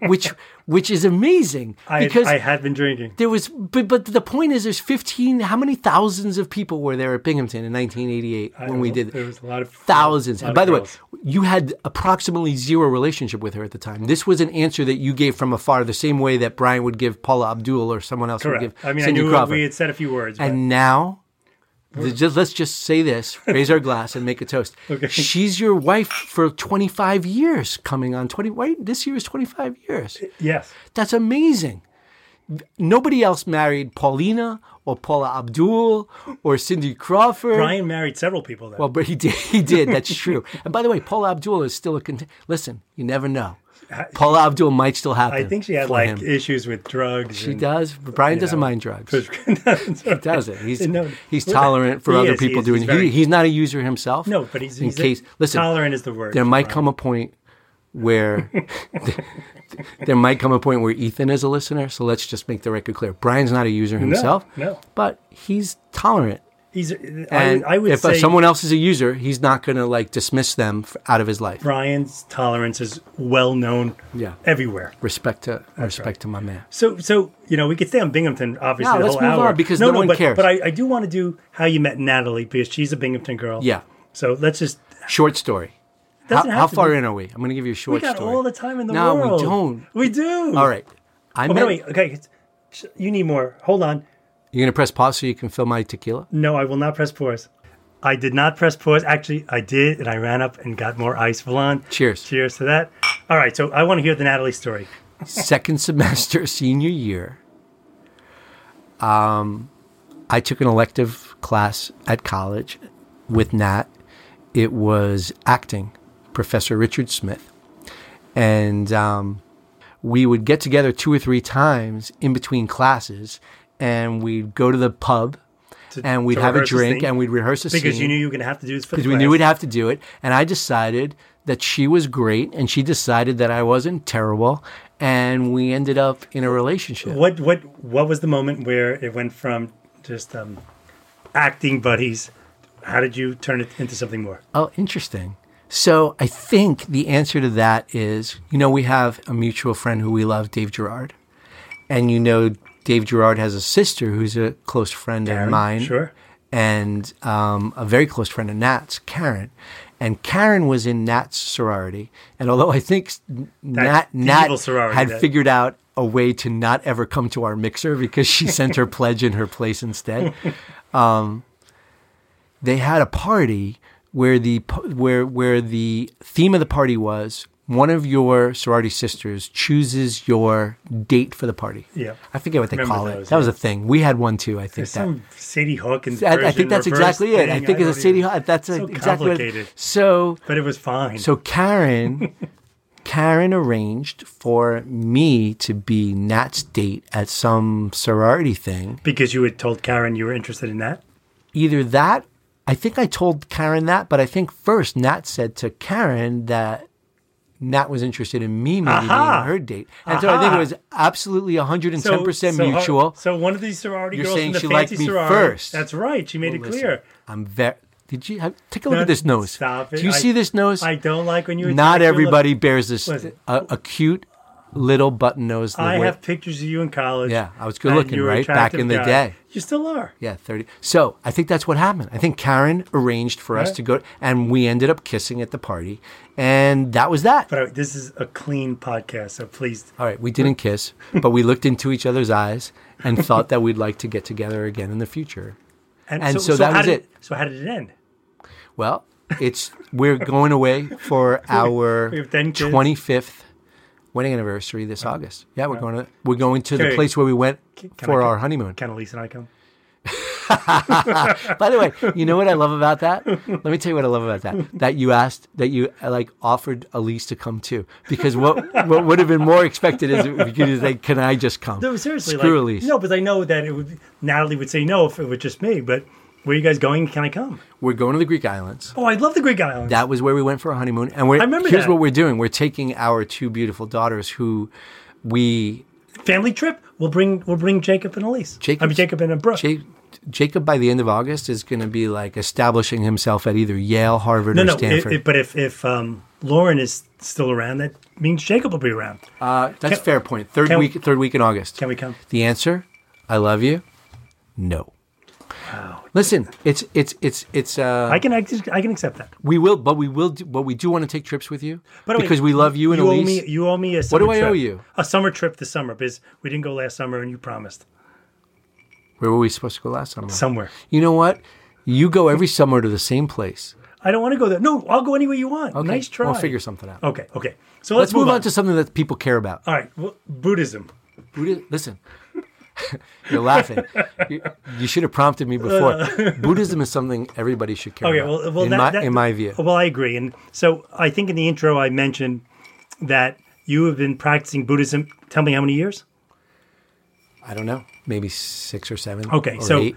S3: <laughs> which which is amazing
S1: I,
S3: because
S1: I had been drinking.
S3: there was. But, but the point is, there's 15. How many thousands of people were there at Binghamton in 1988 when we
S1: know.
S3: did?
S1: There was a lot of-
S3: thousands.
S1: a lot
S3: And by
S1: of
S3: the way,
S1: girls.
S3: you had approximately zero relationship with her at the time. This was an answer that you gave from afar, the same way that Brian would give Paula Abdul or someone else would
S1: Correct.
S3: give
S1: I mean,
S3: Cindy
S1: I knew
S3: Crawford.
S1: we had said a few words. but-
S3: And now, th- just, let's just say this: raise our glass and make a toast.
S1: <laughs> Okay.
S3: She's your wife for 25 years, coming on 20. Wait, this year is 25 years.
S1: yes,
S3: That's amazing. Nobody else married Paulina or Paula Abdul or Cindy Crawford.
S1: Brian married several people though.
S3: Well, but he did. He did. That's true. And by the way, Paula Abdul is still a cont- listen. You never know. Paula Abdul might still happen.
S1: I think she had
S3: for
S1: like
S3: him.
S1: issues with drugs.
S3: she
S1: and-
S3: does. But Brian doesn't
S1: know,
S3: mind drugs.
S1: <laughs> he
S3: does it. He's
S1: No.
S3: he's tolerant for
S1: He
S3: other
S1: is, he
S3: people
S1: is,
S3: doing
S1: he's
S3: it.
S1: very-
S3: He, he's not a user himself.
S1: No, but he's-
S3: in
S1: he's a-
S3: case listen
S1: tolerant is the word,
S3: There might
S1: Brian.
S3: come a point
S1: <laughs>
S3: where there might come a point where Ethan is a listener. So let's just make the record clear. Brian's not a user himself.
S1: no.
S3: but he's tolerant.
S1: He's. I,
S3: And
S1: would- I would
S3: if uh,
S1: say
S3: someone else is a user, he's not going to like dismiss them f out of his life.
S1: Brian's tolerance is well known.
S3: Yeah.
S1: Everywhere.
S3: Respect to respect to my man.
S1: So, so you know, we could stay on Binghamton obviously
S3: No,
S1: the whole
S3: let's move
S1: hour
S3: on, because no one
S1: but,
S3: cares.
S1: But I, I do want to do how you met Natalie because she's a Binghamton girl.
S3: Yeah.
S1: So let's just.
S3: Short story. How,
S1: Doesn't have
S3: how
S1: to
S3: far
S1: be-
S3: in are we? I'm going to give you a short
S1: We got
S3: story.
S1: all the time in the
S3: no,
S1: world.
S3: we don't.
S1: We do.
S3: All right. I
S1: Oh, by
S3: met,
S1: the way, okay, sh- you need more. Hold on.
S3: You're gonna press pause so you can fill
S1: <laughs>
S3: my tequila.
S1: No, I will not press pause. I did not press pause. Actually, I did, and I ran up and got more ice Valon.
S3: Cheers.
S1: Cheers to that. All right, so I want to hear the Natalie story.
S3: Second semester, <laughs> senior year. Um, I took an elective class at college with Nat. It was acting, Professor Richard Smith, and um, we would get together two or three times in between classes, and we'd go to the pub, and we'd
S1: to
S3: have a
S1: rehearse the
S3: drink,
S1: scene?
S3: and we'd rehearse a
S1: Because
S3: scene.
S1: you knew you were going to have to do this for the
S3: because we
S1: class.
S3: knew we'd have to do it. And I decided that she was great, and she decided that I wasn't terrible, and we ended up in a relationship.
S1: What what what was the moment where it went from just um, acting buddies? How did you turn it into something more?
S3: Oh, interesting. So I think the answer to that is, you know, we have a mutual friend who we love, Dave Gerard, and you know, Dave Gerard has a sister who's a close friend
S1: Karen,
S3: of mine.
S1: sure.
S3: and um, a very close friend of Nat's, Karen. And Karen was in Nat's sorority. And although I think s- Nat,
S1: the evil
S3: Nat
S1: sorority
S3: had
S1: that-
S3: figured out a way to not ever come to our mixer because she sent
S1: <laughs>
S3: her pledge in her place instead, um, they had a party where the po- where where the theme of the party was one of your sorority sisters chooses your date for the party.
S1: Yeah.
S3: I forget what they
S1: Remember
S3: call
S1: those,
S3: it. That was a thing. We had one too. I think that
S1: Some Sadie Hook and
S3: I, I think that's exactly it. I think it's a city. hall- That's
S1: so
S3: exactly what it-
S1: complicated.
S3: so.
S1: But it was fine.
S3: So Karen, <laughs> Karen arranged for me to be Nat's date at some sorority thing.
S1: because you had told Karen you were interested in that.
S3: Either that, I think I told Karen that, but I think first Nat said to Karen that. Nat was interested in me maybe
S1: Aha.
S3: being her date. And so I think
S1: Aha.
S3: it was absolutely 110%
S1: So- so her-
S3: mutual.
S1: so one of these sorority
S3: You're
S1: girls
S3: saying
S1: in the
S3: she liked
S1: fancy
S3: me
S1: sorority.
S3: first.
S1: That's right. She made it
S3: Listen,
S1: clear.
S3: I'm very. Did you have, take a look
S1: No,
S3: at this nose?
S1: stop it.
S3: Do you
S1: I-
S3: see this nose?
S1: I don't like when you attack
S3: Not
S1: your
S3: everybody bears this uh,
S1: Listen.
S3: a, a cute little button nose. the
S1: I
S3: way-
S1: have pictures of you in college.
S3: Yeah, I was good
S1: and
S3: looking,
S1: you were
S3: right? Back
S1: attractive
S3: in the
S1: guy.
S3: day.
S1: You still are.
S3: Yeah, thirty. So I think that's what happened. I think Karen arranged for us
S1: Yeah.
S3: to go, and we ended up kissing at the party, and that was that.
S1: But I- this is a clean podcast, so please.
S3: All right, we didn't kiss, but we looked into each other's eyes and thought that we'd like to get together again in the future. And so that
S1: how
S3: was
S1: did-
S3: it.
S1: So how did it end?
S3: Well, it's we're going away for our
S1: <laughs> We have 10 kids.
S3: twenty fifth wedding anniversary this August. Yeah, we're going to we're going to
S1: Okay.
S3: the place where we went
S1: Can
S3: for
S1: I-
S3: our honeymoon.
S1: Can Elise and I come?
S3: By the
S1: <laughs>
S3: way, you know what I love about that? Let me tell you what I love about that. That you asked that you uh, like offered Elise to come too, because what what would have been more expected is if you could say, "Can I just come?"
S1: No, seriously.
S3: Screw
S1: like,
S3: Elise.
S1: No, because I know that it would. Natalie would say no if it were just me. But where are you guys going? Can I come?
S3: We're going to the Greek Islands.
S1: Oh, I love the Greek Islands.
S3: That was where we went for our honeymoon. And we're,
S1: I remember
S3: here's
S1: that.
S3: what we're doing: we're taking our two beautiful daughters, who we
S1: Family trip. We'll bring we'll bring Jacob and Elise. I mean
S3: Jacob's-
S1: Jacob and Brooke.
S3: Ja- Jacob by the end of August is going to be like establishing himself at either Yale, Harvard,
S1: no,
S3: or
S1: no. It,
S3: Stanford.
S1: it, but if if um, Lauren is still around, that means Jacob will be around.
S3: uh, that's a fair point. Third
S1: can-
S3: week, third week in August.
S1: Can we come?
S3: The answer, I love you. No. Listen, it's it's it's it's. Uh,
S1: I can I can I can accept that.
S3: we will, but we will, do, but we do want to take trips with you
S1: By the way,
S3: because we love you and
S1: you
S3: Elise.
S1: Owe me, you owe me a summer
S3: do I
S1: trip.
S3: owe you?
S1: A summer trip this summer because we didn't go last summer and you promised
S3: Where were we supposed to go last summer?
S1: somewhere.
S3: You know what? You go every summer to the same place.
S1: I don't want to go there. No, I'll go anywhere you want.
S3: Okay,
S1: Nice try.
S3: We'll figure something out.
S1: Okay, okay. So Uh,
S3: Let's move on to something that people care about.
S1: all right. Well, Buddhism.
S3: Buddha- listen, <laughs> You're laughing. you, you should have prompted me before. Buddhism is something everybody should care
S1: Uh. Okay,
S3: about.
S1: well, well
S3: in,
S1: that,
S3: my,
S1: that- Oh.
S3: in my view.
S1: Well, I agree. And so I think in the intro I mentioned that you have been practicing Buddhism. Tell me how many years?
S3: I don't know, maybe six or seven.
S1: Okay,
S3: or
S1: so
S3: eight.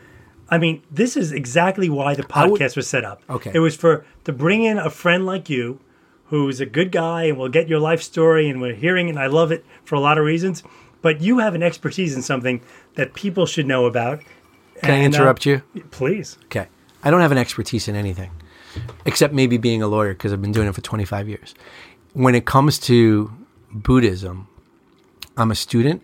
S1: I mean, this is exactly why the
S3: would-
S1: podcast was set up.
S3: Okay.
S1: it was for to bring in a friend like you, who's a good guy, and will get your life story, and we're hearing, it, and I love it for a lot of reasons. But you have an expertise in something that people should know about.
S3: can I
S1: and, uh,
S3: interrupt you?
S1: Please.
S3: Okay. I don't have an expertise in anything except maybe being a lawyer because I've been doing it for 25 years. When it comes to Buddhism, I'm a student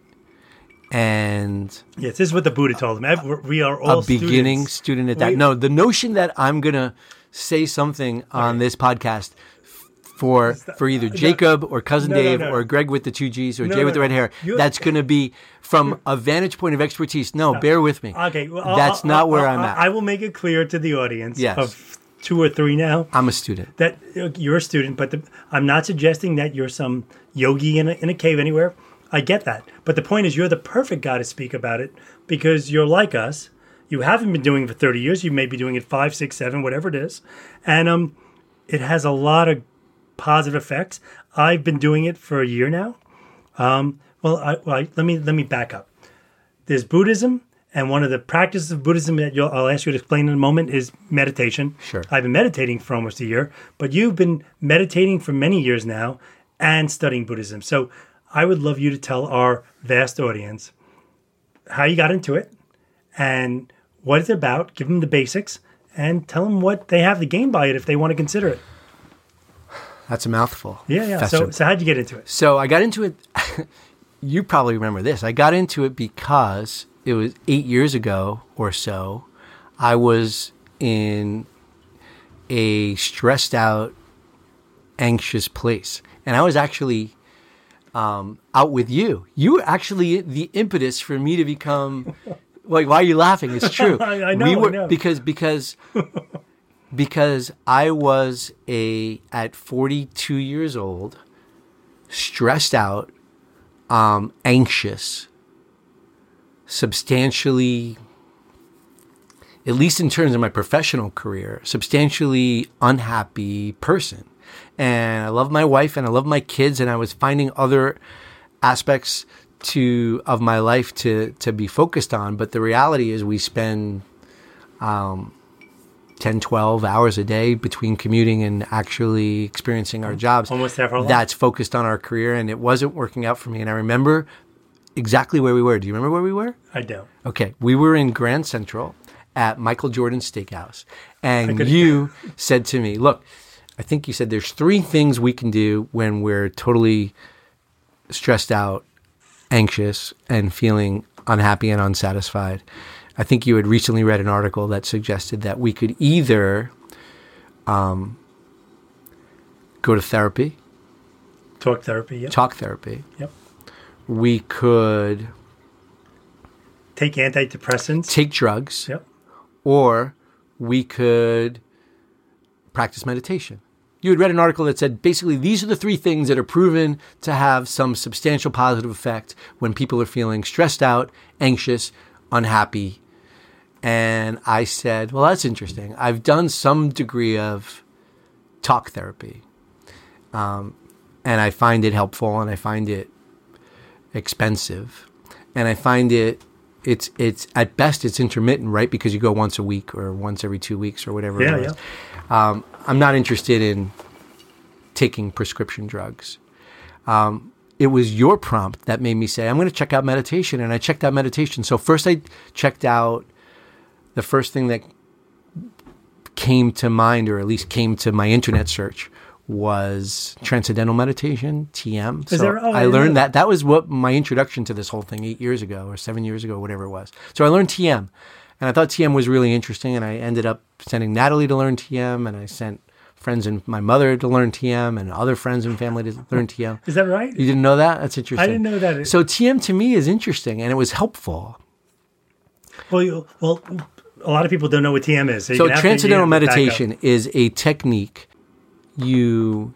S3: and
S1: Yes, this is what the Buddha told him. Ev- We are all
S3: a beginning
S1: students.
S3: student at that.
S1: We-
S3: no, the notion that I'm going to say something on this podcast f- for for either Jacob or cousin
S1: uh, no, no,
S3: Dave
S1: no.
S3: or Greg with the two G's or
S1: No,
S3: Jay
S1: no,
S3: with the
S1: no.
S3: red hair,
S1: You-
S3: that's going to be from a vantage point of expertise. No, bear with me.
S1: Okay, well, I'll-
S3: that's
S1: I'll-
S3: not where
S1: I'll-
S3: am at.
S1: I will make it clear to the audience
S3: Yes.
S1: of two or three now
S3: I'm a student.
S1: that uh, you're a student, but the, I'm not suggesting that you're some yogi in a, in a cave anywhere. I get that, but the point is, you're the perfect guy to speak about it because you're like us. You haven't been doing it for 30 years. You may be doing it five, six, seven, whatever it is, and um, it has a lot of positive effects. I've been doing it for a year now. Um, well, I, well, I, let me let me back up. There's Buddhism, and one of the practices of Buddhism that you'll, I'll ask you to explain in a moment is meditation.
S3: Sure.
S1: I've been meditating for almost a year, but you've been meditating for many years now and studying Buddhism. So I would love you to tell our vast audience how you got into it and what it's about. Give them the basics and tell them what they have to gain by it if they want to consider it.
S3: That's a mouthful.
S1: Yeah, yeah. So,
S3: Fester.
S1: so how'd you get into it?
S3: So I got into it. <laughs> you probably remember this. I got into it because it was eight years ago or so. I was in a stressed out, anxious place, and I was actually um, out with you. You were actually the impetus for me to become. <laughs> Wait, why are you laughing? It's true.
S1: <laughs> I- I know, I
S3: We were
S1: know.
S3: because because because I was a at 42 years old, stressed out, um, anxious, substantially, at least in terms of my professional career, substantially unhappy person. And I love my wife and I love my kids, and I was finding other aspects to of my life to to be focused on. But the reality is, we spend 10 12 hours a day between commuting and actually experiencing our jobs
S1: Almost half our life.
S3: that's focused on our career and it wasn't working out for me and i remember exactly where we were do you remember where we were
S1: I don't.
S3: okay we were in grand central at michael jordan's steakhouse and
S1: could-
S3: you <laughs> said to me look i think you said there's three things we can do when we're totally stressed out anxious and feeling unhappy and unsatisfied. I think you had recently read an article that suggested that we could either um, go to therapy,
S1: Talk therapy. Yep.
S3: talk therapy.
S1: yep.
S3: We could
S1: Take antidepressants.
S3: take drugs,
S1: Yep.
S3: or we could practice meditation. You had read an article that said basically these are the three things that are proven to have some substantial positive effect when people are feeling stressed out, anxious, unhappy. And I said, Well, that's interesting. I've done some degree of talk therapy, um, and I find it helpful and I find it expensive and i find it it's it's at best it's intermittent right because you go once a week or once every two weeks or whatever
S1: Yeah,
S3: it was. Um, i'm not interested in taking prescription drugs Um, it was your prompt that made me say i'm going to check out meditation and i checked out meditation so first i checked out the first thing that came to mind or at least came to my internet search was transcendental meditation tm so
S1: there- oh, I
S3: i
S1: didn't know
S3: learned that that was what my introduction to this whole thing 8 years ago or 7 years ago whatever it was so i learned tm and i thought tm was really interesting and i ended up sending natalie to learn tm and i sent friends and my mother to learn tm and other friends and family to learn tm
S1: Is that right?
S3: you didn't know that? That's interesting.
S1: didn't know that.
S3: So TM to me is interesting, and it was helpful.
S1: Well, you, well, a lot of people don't know what TM is.
S3: So
S1: you're gonna have to-
S3: transcendental
S1: you have to back up.
S3: meditation is a technique you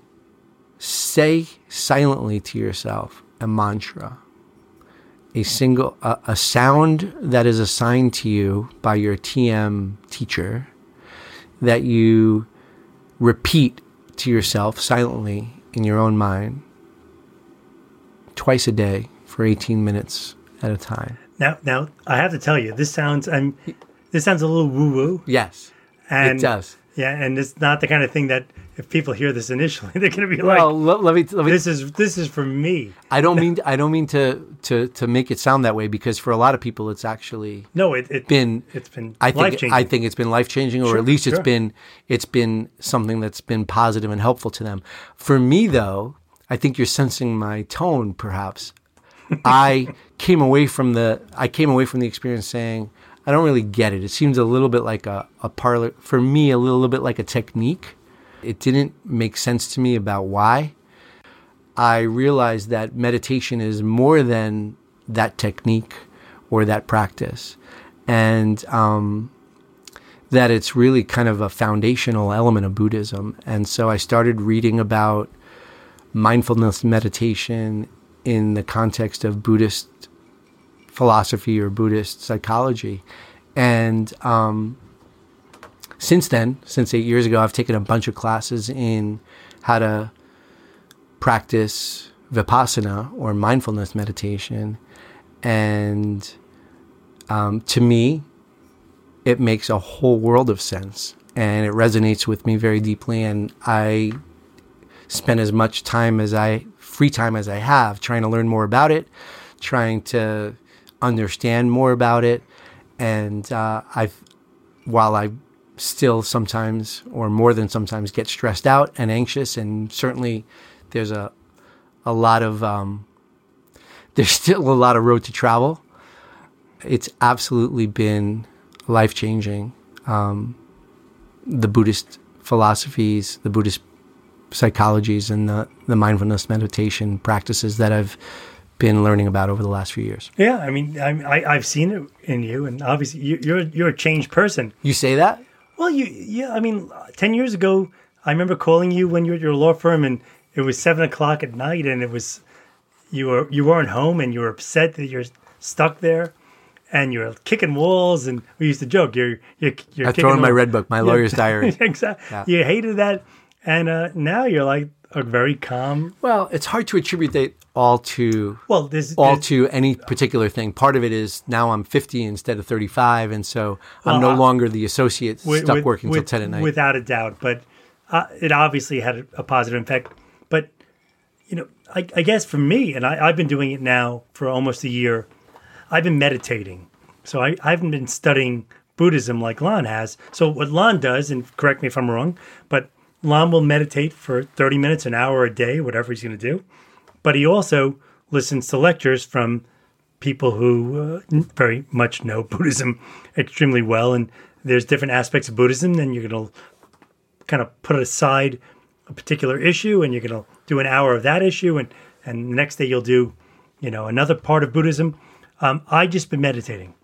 S3: say silently to yourself a mantra, a single a, a sound that is assigned to you by your TM teacher that you repeat to yourself silently in your own mind twice a day for 18 minutes at a time.
S1: Now, now I have to tell you, this sounds I'm, this sounds a little woo woo.
S3: Yes.
S1: And
S3: it does.
S1: Yeah, and it's not the kind of thing that if people hear this initially, <laughs> they're going to be
S3: Well,
S1: like,
S3: let, let me let me
S1: "This is this is for me."
S3: I don't mean I don't mean to to to make it sound that way because for a lot of people it's actually
S1: No, it it
S3: been
S1: it's been
S3: I think
S1: life-changing.
S3: I think it's been life changing or at least it's
S1: sure.
S3: been it's been something that's been positive and helpful to them. For me though, I think you're sensing my
S1: <laughs>
S3: tone perhaps. I came away from the I came away from the experience saying I don't really get it. It seems a little bit like a, a parlor for me a little bit like a technique. It didn't make sense to me about why. I realized that meditation is more than that technique or that practice, and um, that it's really kind of a foundational element of Buddhism. And so I started reading about mindfulness meditation in the context of Buddhist philosophy or Buddhist psychology. And um, since then, since eight years ago, I've taken a bunch of classes in how to practice vipassana or mindfulness meditation. And um, to me, it makes a whole world of sense and it resonates with me very deeply. And I spend as much time as I, free time as I have, trying to learn more about it, trying to understand more about it. And uh, I've, while I still sometimes, or more than sometimes, get stressed out and anxious, and certainly there's a a lot of um, there's still a lot of road to travel. It's absolutely been life changing. Um, the Buddhist philosophies, the Buddhist psychologies, and the, the mindfulness meditation practices that I've been learning about over the last few years.
S1: yeah, I mean, I, I I've seen it in you, and obviously you, you're you're a changed person.
S3: You say that?
S1: Well, you yeah, I mean, ten years ago, I remember calling you when you were at your law firm, and it was seven o'clock at night, and it was you were you weren't home, and you were upset that you're stuck there, and you're kicking walls, and we used to joke you're you're you're
S3: I
S1: kicking
S3: throw in my
S1: the-
S3: red book, my lawyer's diary.
S1: <laughs> exactly. You hated that, and uh, now you're like a very calm.
S3: Well, it's hard to attribute that all to
S1: Well, this
S3: all
S1: this-
S3: to any particular thing. Part of it is now I'm 50 instead of 35, and so I'm
S1: Well,
S3: no
S1: I-
S3: longer the associate
S1: wi-
S3: stuck
S1: with-
S3: working
S1: with-
S3: till 10 at night.
S1: without a doubt. But uh, it obviously had a, a positive impact. But you know, I, I guess for me, and I, I've been doing it now for almost a year. I've been meditating, so I, I haven't been studying Buddhism like Lon has. So what Lon does, and correct me if I'm wrong, but Lon will meditate for 30 minutes, an hour a day, whatever he's going to do. But he also listens to lectures from people who uh, n- very much know <laughs> Buddhism extremely well, and there's different aspects of Buddhism. Then you're going to kind of put aside a particular issue, and you're going to do an hour of that issue, and and the next day you'll do, you know, another part of Buddhism. Um, I just been meditating.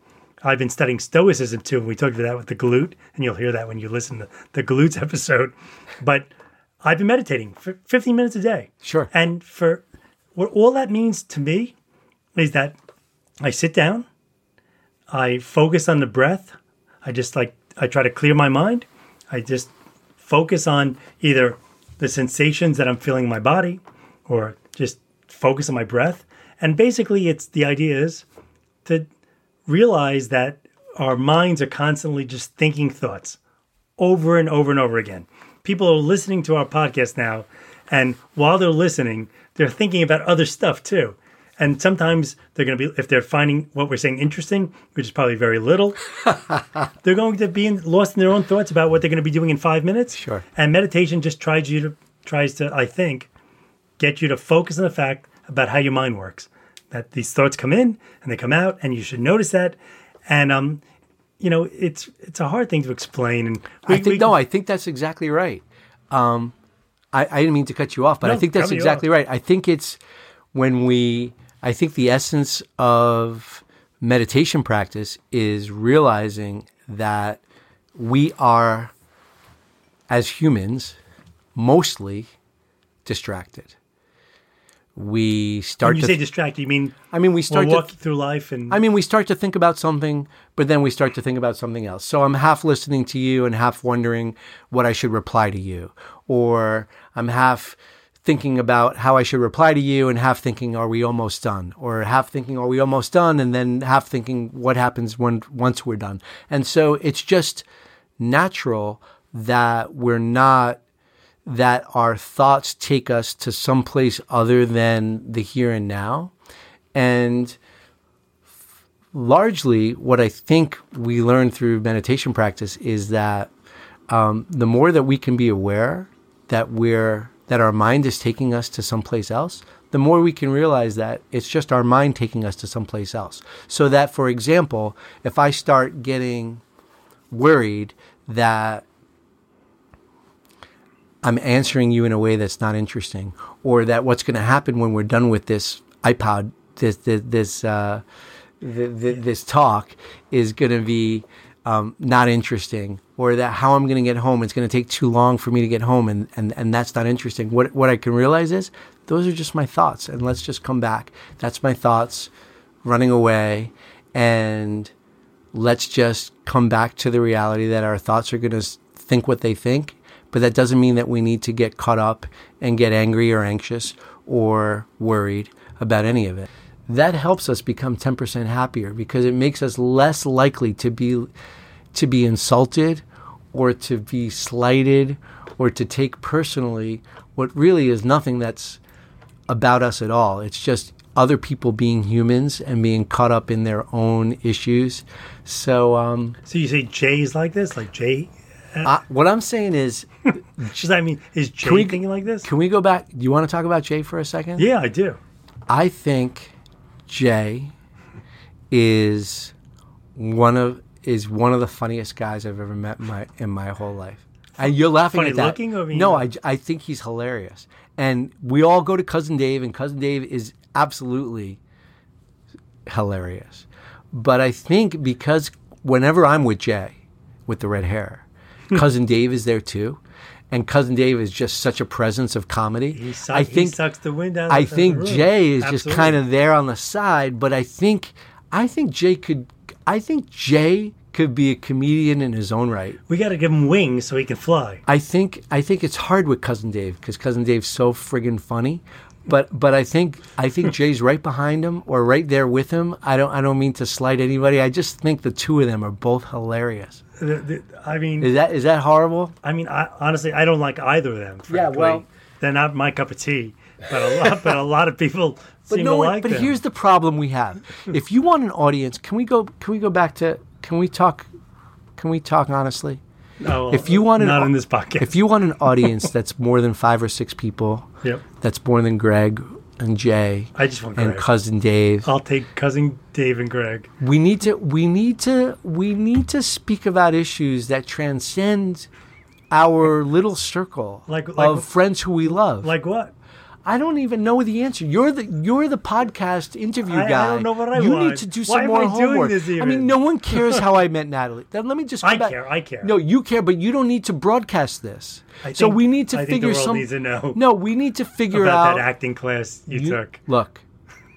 S1: I've been studying Stoicism too, and we talked about that with the Galut, and you'll hear that when you listen to the Galut's <laughs> episode. But I've been meditating for 15 minutes a day.
S3: Sure.
S1: And for what all that means to me is that I sit down, I focus on the breath, I just like, I try to clear my mind, I just focus on either the sensations that I'm feeling in my body or just focus on my breath. And basically, it's the idea is to realize that our minds are constantly just thinking thoughts over and over and over again. People are listening to our podcast now, and while they're listening, they're thinking about other stuff too. And sometimes they're going to be, if they're finding what we're saying interesting, which is probably very little, they're going to be in, lost in their own thoughts about what they're going to be doing in five minutes.
S3: Sure.
S1: And meditation just tries you to tries to, I think, get you to focus on the fact about how your mind works. That these thoughts come in and they come out, and you should notice that. And um, you know, it's it's a hard thing to explain. And we,
S3: I think
S1: we-
S3: no, I think that's exactly right. Um, I, I didn't mean to cut you off, but
S1: No,
S3: I think
S1: cut
S3: that's
S1: me off.
S3: exactly right. I think it's when we, I think the essence of meditation practice is realizing that we are, as humans, mostly distracted. We
S1: When
S3: start
S1: you
S3: to
S1: say distracted, you mean
S3: I mean, we
S1: we're
S3: start to
S1: walking through life and
S3: I mean, we start to think about something, but then we start to think about something else. So I'm half listening to you and half wondering what I should reply to you. Or I'm half thinking about how I should reply to you and half thinking, are we almost done? Or half thinking, are we almost done? And then half thinking, what happens when once we're done? And so it's just natural that we're not that our thoughts take us to some place other than the here and now. And largely what I think we learn through meditation practice is that um, the more that we can be aware that we're that our mind is taking us to someplace else, the more we can realize that it's just our mind taking us to someplace else. So that, for example, if I start getting worried that I'm answering you in a way that's not interesting, or that what's going to happen when we're done with this iPod, this this this, uh, th- th- this talk is going to be um, not interesting, or that how I'm going to get home, it's going to take too long for me to get home, and, and and that's not interesting. What what I can realize is those are just my thoughts, and let's just come back. That's my thoughts running away, and let's just come back to the reality that our thoughts are going to think what they think, but that doesn't mean that we need to get caught up and get angry or anxious or worried about any of it. That helps us become 10% happier because it makes us less likely to be to be insulted or to be slighted or to take personally what really is nothing that's about us at all. It's just other people being humans and being caught up in their own issues. So, um,
S1: so you say Jay is like this, like Jay. <laughs>
S3: I, what I'm saying is,
S1: Just I mean, is Jay
S3: we-
S1: thinking like this?
S3: can we go back? Do you want to talk about Jay for a second?
S1: yeah, I do.
S3: I think Jay is one of is one of the funniest guys I've ever met in my in my whole life. And you're laughing
S1: Funny
S3: at that.
S1: looking, or mean-
S3: no, I, I think he's hilarious. And we all go to cousin Dave, and cousin Dave is absolutely hilarious. But I think because whenever I'm with Jay, with the red hair,
S1: Hmm.
S3: cousin Dave is there too, and cousin Dave is just such a presence of comedy.
S1: He, suck,
S3: I
S1: he
S3: think
S1: sucks the wind out.
S3: I
S1: of the
S3: think
S1: room.
S3: Jay is just
S1: Absolutely.
S3: kind of there on the side, but I think I think Jay could I think Jay could be a comedian in his own right.
S1: We got to give him wings so he can fly.
S3: I think I think it's hard with cousin Dave because cousin Dave's so friggin' funny, but but I think I
S1: <laughs>
S3: think Jay's right behind him or right there with him. I don't I don't mean to slight anybody. I just think the two of them are both hilarious.
S1: The- the- I mean,
S3: Is that is that horrible?
S1: I mean, I, honestly, I don't like either of them. Frankly.
S3: Yeah, well-
S1: they're not my cup of tea. But a lot, but a lot of people seem to
S3: one-
S1: like
S3: but
S1: them.
S3: here's the problem we have. if you want an audience, can we go? Can we go back to? Can we talk? Can we talk honestly?
S1: No,
S3: if you want an
S1: Oh, not
S3: au-
S1: in this podcast,
S3: If you want an
S1: <laughs>
S3: audience that's more than five or six people,
S1: Yep.
S3: that's more than Greg and Jay
S1: I just want
S3: and
S1: Greg. Um,
S3: cousin Dave.
S1: I'll take cousin Dave and Greg.
S3: We need to. We need to. We need to speak about issues that transcend our little circle
S1: Like- like-
S3: of friends who we love.
S1: Like what?
S3: I don't even know the answer. You're the you're the podcast interview
S1: I- I
S3: guy.
S1: don't know what I
S3: you
S1: want.
S3: need to do
S1: Why
S3: some
S1: am
S3: more
S1: I doing
S3: homework.
S1: this
S3: I mean,
S1: even?
S3: no one cares
S1: <laughs>
S3: how I met Natalie. Then let me just. come
S1: I
S3: back.
S1: care, I care.
S3: No, you care, but you don't need to broadcast this.
S1: I
S3: so
S1: think-
S3: we need to
S1: I think the
S3: figure
S1: world
S3: some-
S1: needs to know
S3: No, we need to figure
S1: About
S3: out.
S1: that acting class you,
S3: you-
S1: took.
S3: Look,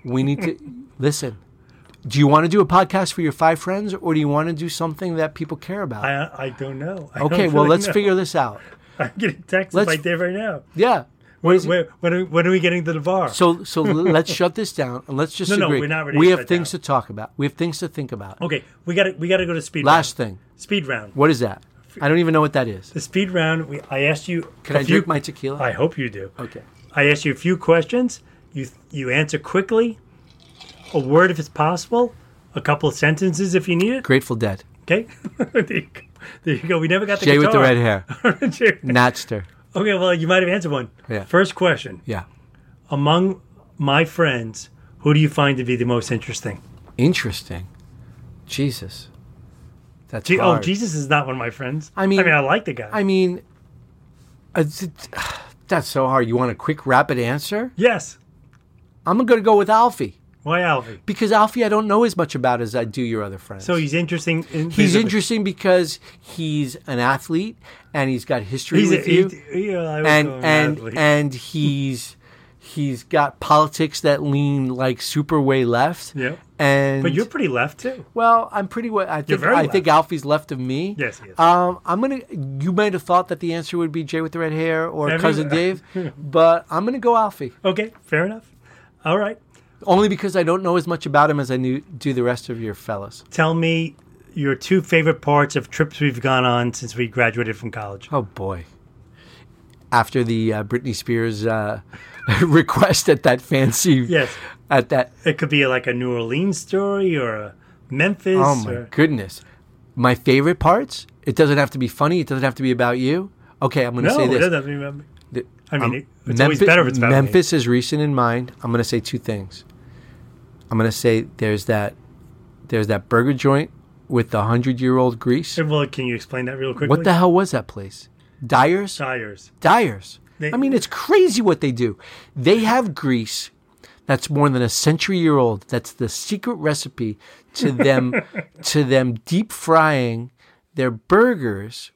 S3: we
S1: <laughs>
S3: need to listen. Do you want to do a podcast for your five friends, or do you want to do something that people care about?
S1: I I don't know. I
S3: okay,
S1: don't
S3: well,
S1: really
S3: let's
S1: know.
S3: figure this out.
S1: <laughs> I'm getting texted
S3: let's-
S1: by Dave right now.
S3: Yeah.
S1: When, when, when, are, when are we getting to the bar?
S3: So
S1: <laughs>
S3: so let's shut this down and let's just
S1: No, no,
S3: agree.
S1: we're not ready
S3: we
S1: to
S3: have
S1: shut
S3: things
S1: down.
S3: to talk about. We have things to think about.
S1: okay, we got to we got to go to speed.
S3: Last
S1: round.
S3: thing.
S1: Speed round.
S3: What is that? I don't even know what that is.
S1: The speed round. We, I asked you.
S3: Can
S1: I
S3: I drink my tequila?
S1: I hope you do.
S3: okay.
S1: I ask you a few questions. You you answer quickly. A word if it's possible. A couple of sentences if you need it.
S3: Grateful Dead.
S1: Okay. <laughs> there, you go. there you go. We never got the
S3: Jay with the
S1: guitar.
S3: red hair.
S1: <laughs> Jay-
S3: Natster.
S1: okay. Well, you might have answered one.
S3: Yeah.
S1: First question.
S3: Yeah.
S1: Among my friends, who do you find to be the most interesting?
S3: Interesting. Jesus. That's
S1: Gee, oh,
S3: hard.
S1: Jesus is not one of my friends.
S3: I mean-
S1: I mean, I like the guy.
S3: I mean, uh, th- <sighs> that's so hard. You want a quick, rapid answer?
S1: yes.
S3: I'm going to go with Alfie
S1: Why Alfie?
S3: because Alfie I don't know as much about as I do your other friends.
S1: So he's interesting. In
S3: He's interesting because he's an athlete and he's got history
S1: He's a,
S3: with you.
S1: he- yeah, I would <laughs>
S3: and
S1: call him
S3: and
S1: athlete.
S3: and he's He's got politics that lean like super way left.
S1: Yeah.
S3: And
S1: But you're pretty left too.
S3: well, I'm pretty. wa- I think
S1: very
S3: I
S1: left.
S3: think Alfie's left of me.
S1: Yes, he is.
S3: Um, I'm gonna. You might have thought that the answer would be Jay with the red hair or
S1: Every- <laughs>
S3: cousin Dave, but I'm gonna go Alfie
S1: Okay, fair enough. All right.
S3: only because I don't know as much about him as I knew, do the rest of your fellas.
S1: Tell me your two favorite parts of trips we've gone on since we graduated from college.
S3: Oh boy! After the uh, Britney Spears uh, <laughs> request at that fancy
S1: Yes.
S3: at that
S1: It could be like a New Orleans story or a Memphis.
S3: Oh my
S1: or,
S3: goodness. My favorite parts, it doesn't have to be funny, it doesn't have to be about you. Okay, I'm going to
S1: no,
S3: say
S1: it
S3: this. Um,
S1: doesn't have to be Memphis. I mean, it- it's always
S3: Memphis-
S1: better if it's about me.
S3: Memphis is recent in mind. I'm going to say two things. I'm going to say there's that there's that burger joint with the 100-year-old grease.
S1: Well, can you explain that real quickly?
S3: What the hell was that place? Dyer's?
S1: Tires.
S3: Dyer's.
S1: They-
S3: I mean, it's crazy what they do. They have grease that's more than a century year old. That's the secret recipe to them to them deep frying their burgers.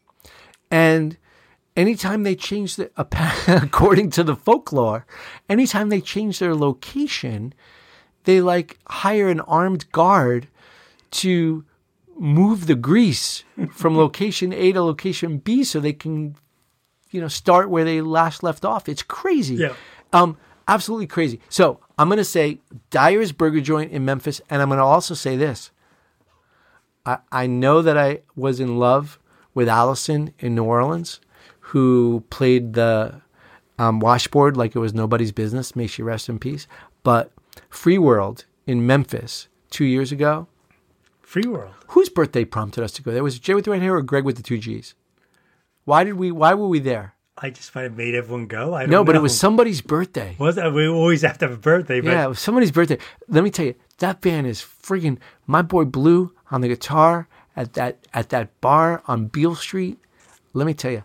S3: And anytime they change the <laughs> appa- according to the folklore, anytime they change their location, they like hire an armed guard to move the grease from location A to location B so they can you know start where they last left off. It's crazy.
S1: Yeah.
S3: Um absolutely crazy. So, I'm going to say Dyer's Burger Joint in Memphis and I'm going to also say this. I I know that I was in love with Allison in New Orleans who played the um, washboard like it was nobody's business. May she rest in peace. But Free World in Memphis 2 years ago
S1: Free World.
S3: whose birthday prompted us to go there? Was it Jay with the red hair or Greg with the two G's? Why did we? Why were we there?
S1: I just might have made everyone go. I don't
S3: No,
S1: know.
S3: but it was somebody's birthday.
S1: Was that- we always have to have a birthday? But
S3: Yeah, it was somebody's birthday. Let me tell you, that band is friggin' my boy Blue on the guitar at that at that bar on Beale Street. Let me tell you,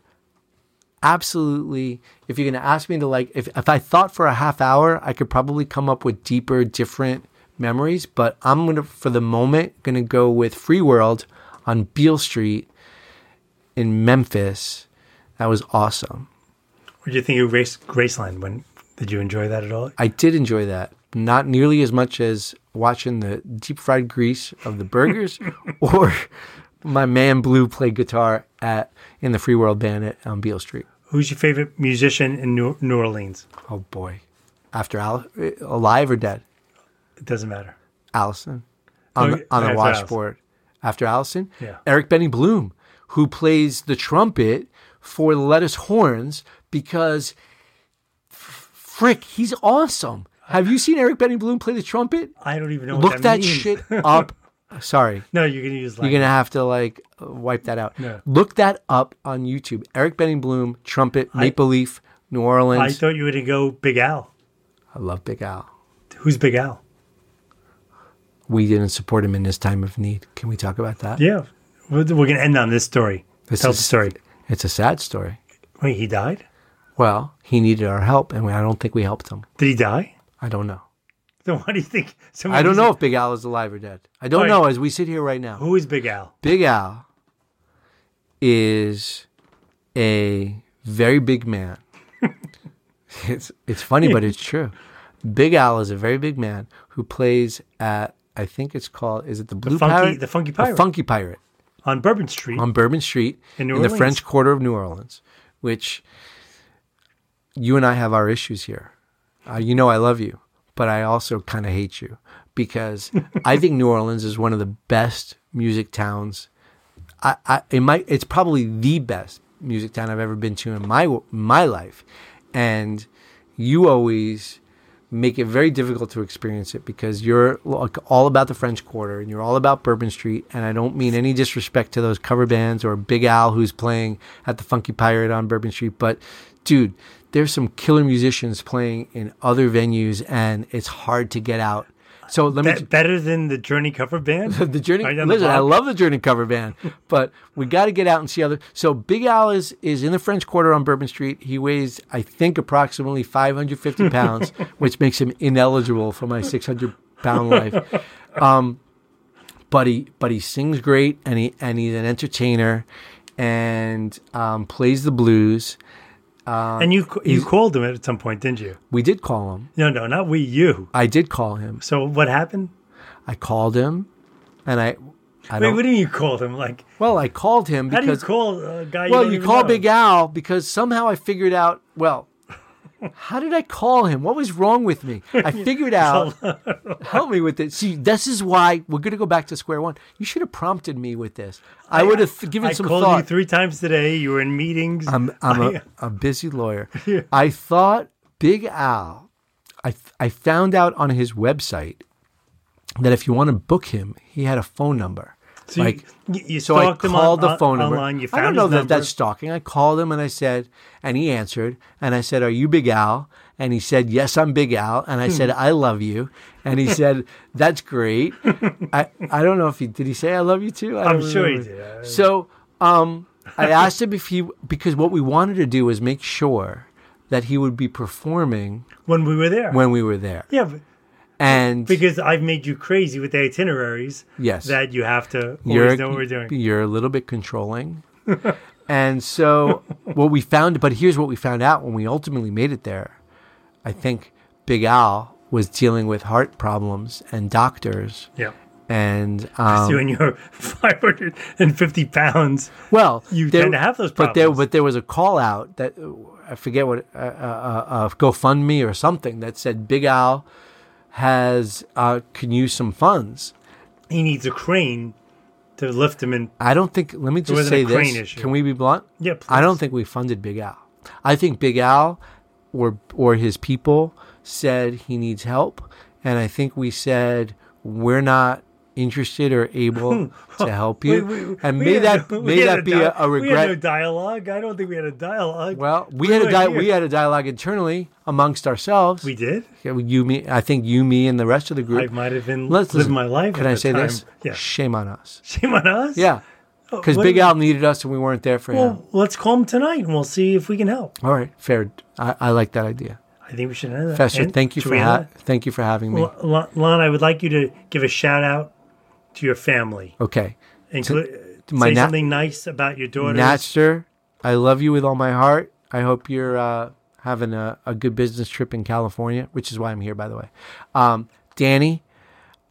S3: absolutely. If you're gonna ask me to like, if if I thought for a half hour, I could probably come up with deeper, different memories. But I'm gonna, for the moment, gonna go with Free World on Beale Street in Memphis. That was awesome.
S1: what do you think of Grace, Graceland? When did you enjoy that at all?
S3: I did enjoy that. Not nearly as much as watching the deep fried grease of
S1: <laughs>
S3: the burgers or my man Blue play guitar at in the Free World Band at, on Beale Street.
S1: Who's your favorite musician in New, New Orleans?
S3: Oh boy. After Al- uh, alive or dead?
S1: It doesn't matter.
S3: Allison on,
S1: Oh, yeah,
S3: the, on the
S1: after
S3: washboard. After Allison,
S1: Yeah.
S3: Eric Benny Bloom, who plays the trumpet for Lettuce Horns because f- frick, he's awesome. Have you seen Eric Benny Bloom play the trumpet?
S1: I don't even know.
S3: Look
S1: what that,
S3: that,
S1: means. <laughs>
S3: shit up. Sorry.
S1: No, you're gonna use like
S3: You're going to have to like wipe that out.
S1: No.
S3: Look that up on YouTube. Eric Benning Bloom, trumpet, Maple Leaf, New
S1: I
S3: Orleans. I,
S1: thought you were gonna go Big Al.
S3: love Big Al.
S1: Who's Big Al?
S3: We didn't support him in this time of need. Can we talk about that?
S1: Yeah, we're, we're gonna end on this story.
S3: This
S1: Tell
S3: is-
S1: the story.
S3: It's a sad story.
S1: Wait, he died?
S3: Well, he needed our help, and we, I don't think we helped him.
S1: Did he die?
S3: I don't know.
S1: Then why do you think? <laughs> so
S3: I don't
S1: many-
S3: know if Big Al is alive or dead. I don't
S1: All right.
S3: know as we sit here right now.
S1: Who is Big Al?
S3: Big Al is a very big
S1: <laughs>
S3: man. it's it's funny, but it's true. Big Al is a very big man who plays at I think it's called is it the Blue
S1: Funky-
S3: Pirate?
S1: the Funky Pirate.
S3: Funky Pirate
S1: On Bourbon Street.
S3: on Bourbon Street
S1: In
S3: in,
S1: New
S3: the
S1: Orleans.
S3: French Quarter of New Orleans, which you and I have our issues here. Uh, you know, I love you, but I also kind of hate you
S1: <laughs>
S3: because I think New Orleans is one of the best music towns. I, I it might it's probably the best music town I've ever been to in my my life, and you always make it very difficult to experience it because you're like all about the French Quarter and you're all about Bourbon Street. And I don't mean any disrespect to those cover bands or Big Al who's playing at the Funky Pirate on Bourbon Street, but dude, there's some killer musicians playing in other venues, and it's hard to get out. So let me
S1: Be- better than the Journey cover band.
S3: <laughs> the Journey.
S1: Right down the
S3: listen, I
S1: block?
S3: love the Journey
S1: <laughs>
S3: cover band, but we got to get out and see other. So Big Al is is in the French Quarter on Bourbon Street. He weighs, I think, approximately
S1: <laughs>
S3: 550 pounds, which makes him ineligible for my 600 pound life.
S1: <laughs>
S3: Um, but he but he sings great, and he and he's an entertainer, and um, plays the blues.
S1: and you you called him at some point, didn't you?
S3: We did call him.
S1: No, no, not we. You.
S3: I did call him.
S1: So what happened?
S3: I called him, and I. I
S1: Wait,
S3: don't,
S1: what do you mean you called him? Like,
S3: well, I called him
S1: how do you
S3: because
S1: call a guy?
S3: well,
S1: don't
S3: you
S1: even
S3: call
S1: know?
S3: Big Al because somehow I figured out. Well, how did I call him? What was wrong with me?
S1: <laughs>
S3: I figured out. help me with this. See, this is why we're going to go back to square one. You should have prompted me with this. I, would have th- given
S1: I
S3: some
S1: called
S3: thought.
S1: you three times today. You were in meetings.
S3: I'm I'm
S1: <laughs>
S3: a, a busy lawyer. I thought Big Al. I th- I found out on his website that if you want to book him, he had a phone number.
S1: so you- you, you
S3: So I
S1: stalked him on-
S3: called the
S1: on-
S3: phone number.
S1: online. You
S3: I
S1: found
S3: don't know
S1: his
S3: that
S1: number.
S3: that's stalking. I called him and I said, and he answered, and I said, "Are you Big Al?" And he said, "Yes, I'm Big Al." And I said,
S1: Hmm.
S3: "I love you." And he
S1: <laughs>
S3: said, "That's great." I, I don't know if he did. He say, "I love you too." I
S1: I'm
S3: don't
S1: sure he
S3: remember.
S1: did. I-
S3: So um, I asked him if he because what we wanted to do was make sure that he would be performing
S1: when we were there.
S3: when we were there,
S1: yeah, but-
S3: and
S1: because I've made you crazy with the itineraries.
S3: Yes.
S1: that you have to always
S3: you're,
S1: know what we're doing.
S3: You're a little bit controlling. <laughs> and so what we found, but here's what we found out when we ultimately made it there. I think Big Al was dealing with heart problems and doctors.
S1: Yeah.
S3: And um,
S1: you and your <laughs> 550 pounds.
S3: Well,
S1: You tend to have those
S3: But there,
S1: problems.
S3: but there was a call out that I forget what uh, uh, uh, uh, GoFundMe or something that said Big Al has uh, can use some funds.
S1: He needs a crane to lift him in.
S3: I don't think. Let me just
S1: wasn't a
S3: say
S1: crane
S3: this:
S1: issue.
S3: Can we be blunt?
S1: Yeah,
S3: I
S1: please.
S3: don't think we funded Big Al. I think Big Al or or his people said he needs help, and I think we said we're not interested or
S1: <laughs>
S3: able to help you.
S1: We- we-
S3: and
S1: we
S3: may
S1: had
S3: that
S1: no- we
S3: may
S1: had
S3: that be a,
S1: di-
S3: a
S1: We had
S3: regret.
S1: no dialogue. I don't think we had a dialogue.
S3: Well, we had a
S1: were
S3: di-
S1: here.
S3: we had a dialogue internally amongst ourselves.
S1: we did.
S3: Yeah, you, me, I think you, me, and the rest of the group.
S1: I might have been
S3: Let's
S1: living
S3: listen,
S1: my life.
S3: Can
S1: at
S3: I
S1: the
S3: say
S1: time.
S3: this?
S1: Yeah.
S3: Shame on us.
S1: <laughs> Shame on us.
S3: Yeah, because
S1: Oh, what
S3: Big
S1: do we-
S3: Al needed us and we weren't there for him.
S1: Well, let's call him tonight and we'll see if we can help.
S3: All right, fair. I, I like that idea,
S1: I think we should end that.
S3: Fester.
S1: End-
S3: Thank you
S1: should
S3: for
S1: we end
S3: ha-
S1: that?
S3: thank you for having me.
S1: L- Lon, Lon, I would like you to give a shout out to your family.
S3: okay,
S1: Inclu-
S3: my
S1: say
S3: na-
S1: something nice about your daughters.
S3: Natster, I love you with all my heart. I hope you're uh, having a, a good business trip in California, which is why I'm here, by the way. Um, Danny,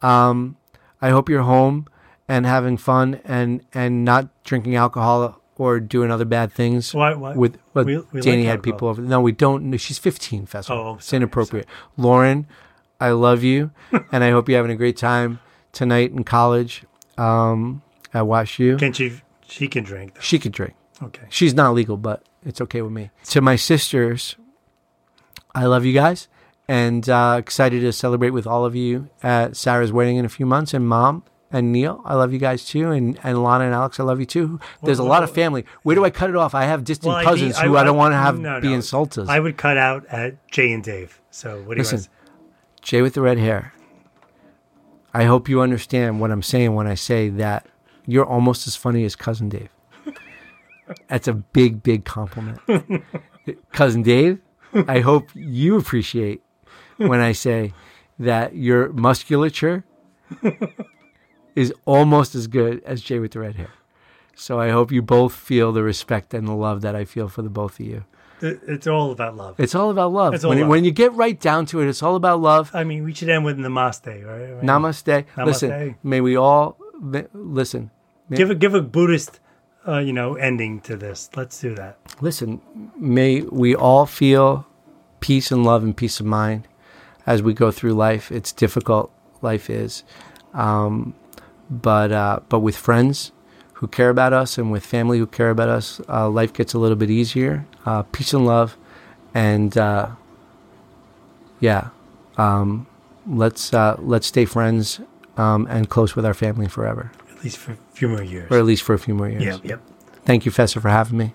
S3: um, I hope you're home and having fun and and not drinking alcohol or doing other bad things.
S1: Why- why-
S3: With well,
S1: we- we
S3: Danny
S1: like
S3: had
S1: alcohol.
S3: people over. No, we don't. No, she's 15, Festival.
S1: Oh, I'm
S3: it's
S1: sorry, I'm
S3: inappropriate. Lauren, I love
S1: <laughs>
S3: you, and I hope you're having a great time tonight in college um, at WashU.
S1: Can she? She can drink.
S3: she could drink.
S1: Though. Okay.
S3: She's not legal, but it's okay with me. To my sisters, I love you guys and uh, excited to celebrate with all of you at Sarah's wedding in a few months. And mom and Neil, I love you guys too. And, and Lana and Alex, I love you too. There's a lot of family. Where do I cut it off? I have distant
S1: Well, I
S3: cousins
S1: think-
S3: who I, don't want to have
S1: no,
S3: be
S1: no.
S3: insulted.
S1: I would cut out at Jay and Dave. So what do you
S3: Listen.
S1: want?
S3: Jay with the red hair, I hope you understand what I'm saying when I say that you're almost as funny as
S1: <laughs>
S3: Cousin Dave. That's a big, big compliment. Cousin Dave, I hope you appreciate when I say that your
S1: <laughs>
S3: musculature is almost as good as Jay with the red hair. So I hope you both feel the respect and the love that I feel for the both of you.
S1: Th- It's all about love.
S3: It's all about love.
S1: It's all
S3: when,
S1: love.
S3: when you get right down to it, it's all about love.
S1: I mean, we should end with Namaste, right? right?
S3: Namaste.
S1: Namaste.
S3: Listen, may we all may- listen. May,
S1: Give a give a Buddhist, uh, you know, ending to this. Let's do that.
S3: listen. May we all feel peace and love and peace of mind as we go through life. It's difficult. Life is, um, but uh, but with friends who care about us and with family who care about us, uh, life gets a little bit easier. Uh, peace and love, and uh, yeah, um, let's uh, let's stay friends um, and close with our family forever.
S1: At least for a few more years.
S3: or at least for a few more years.
S1: Yeah. Yep.
S3: Thank you, Fessa, for having me.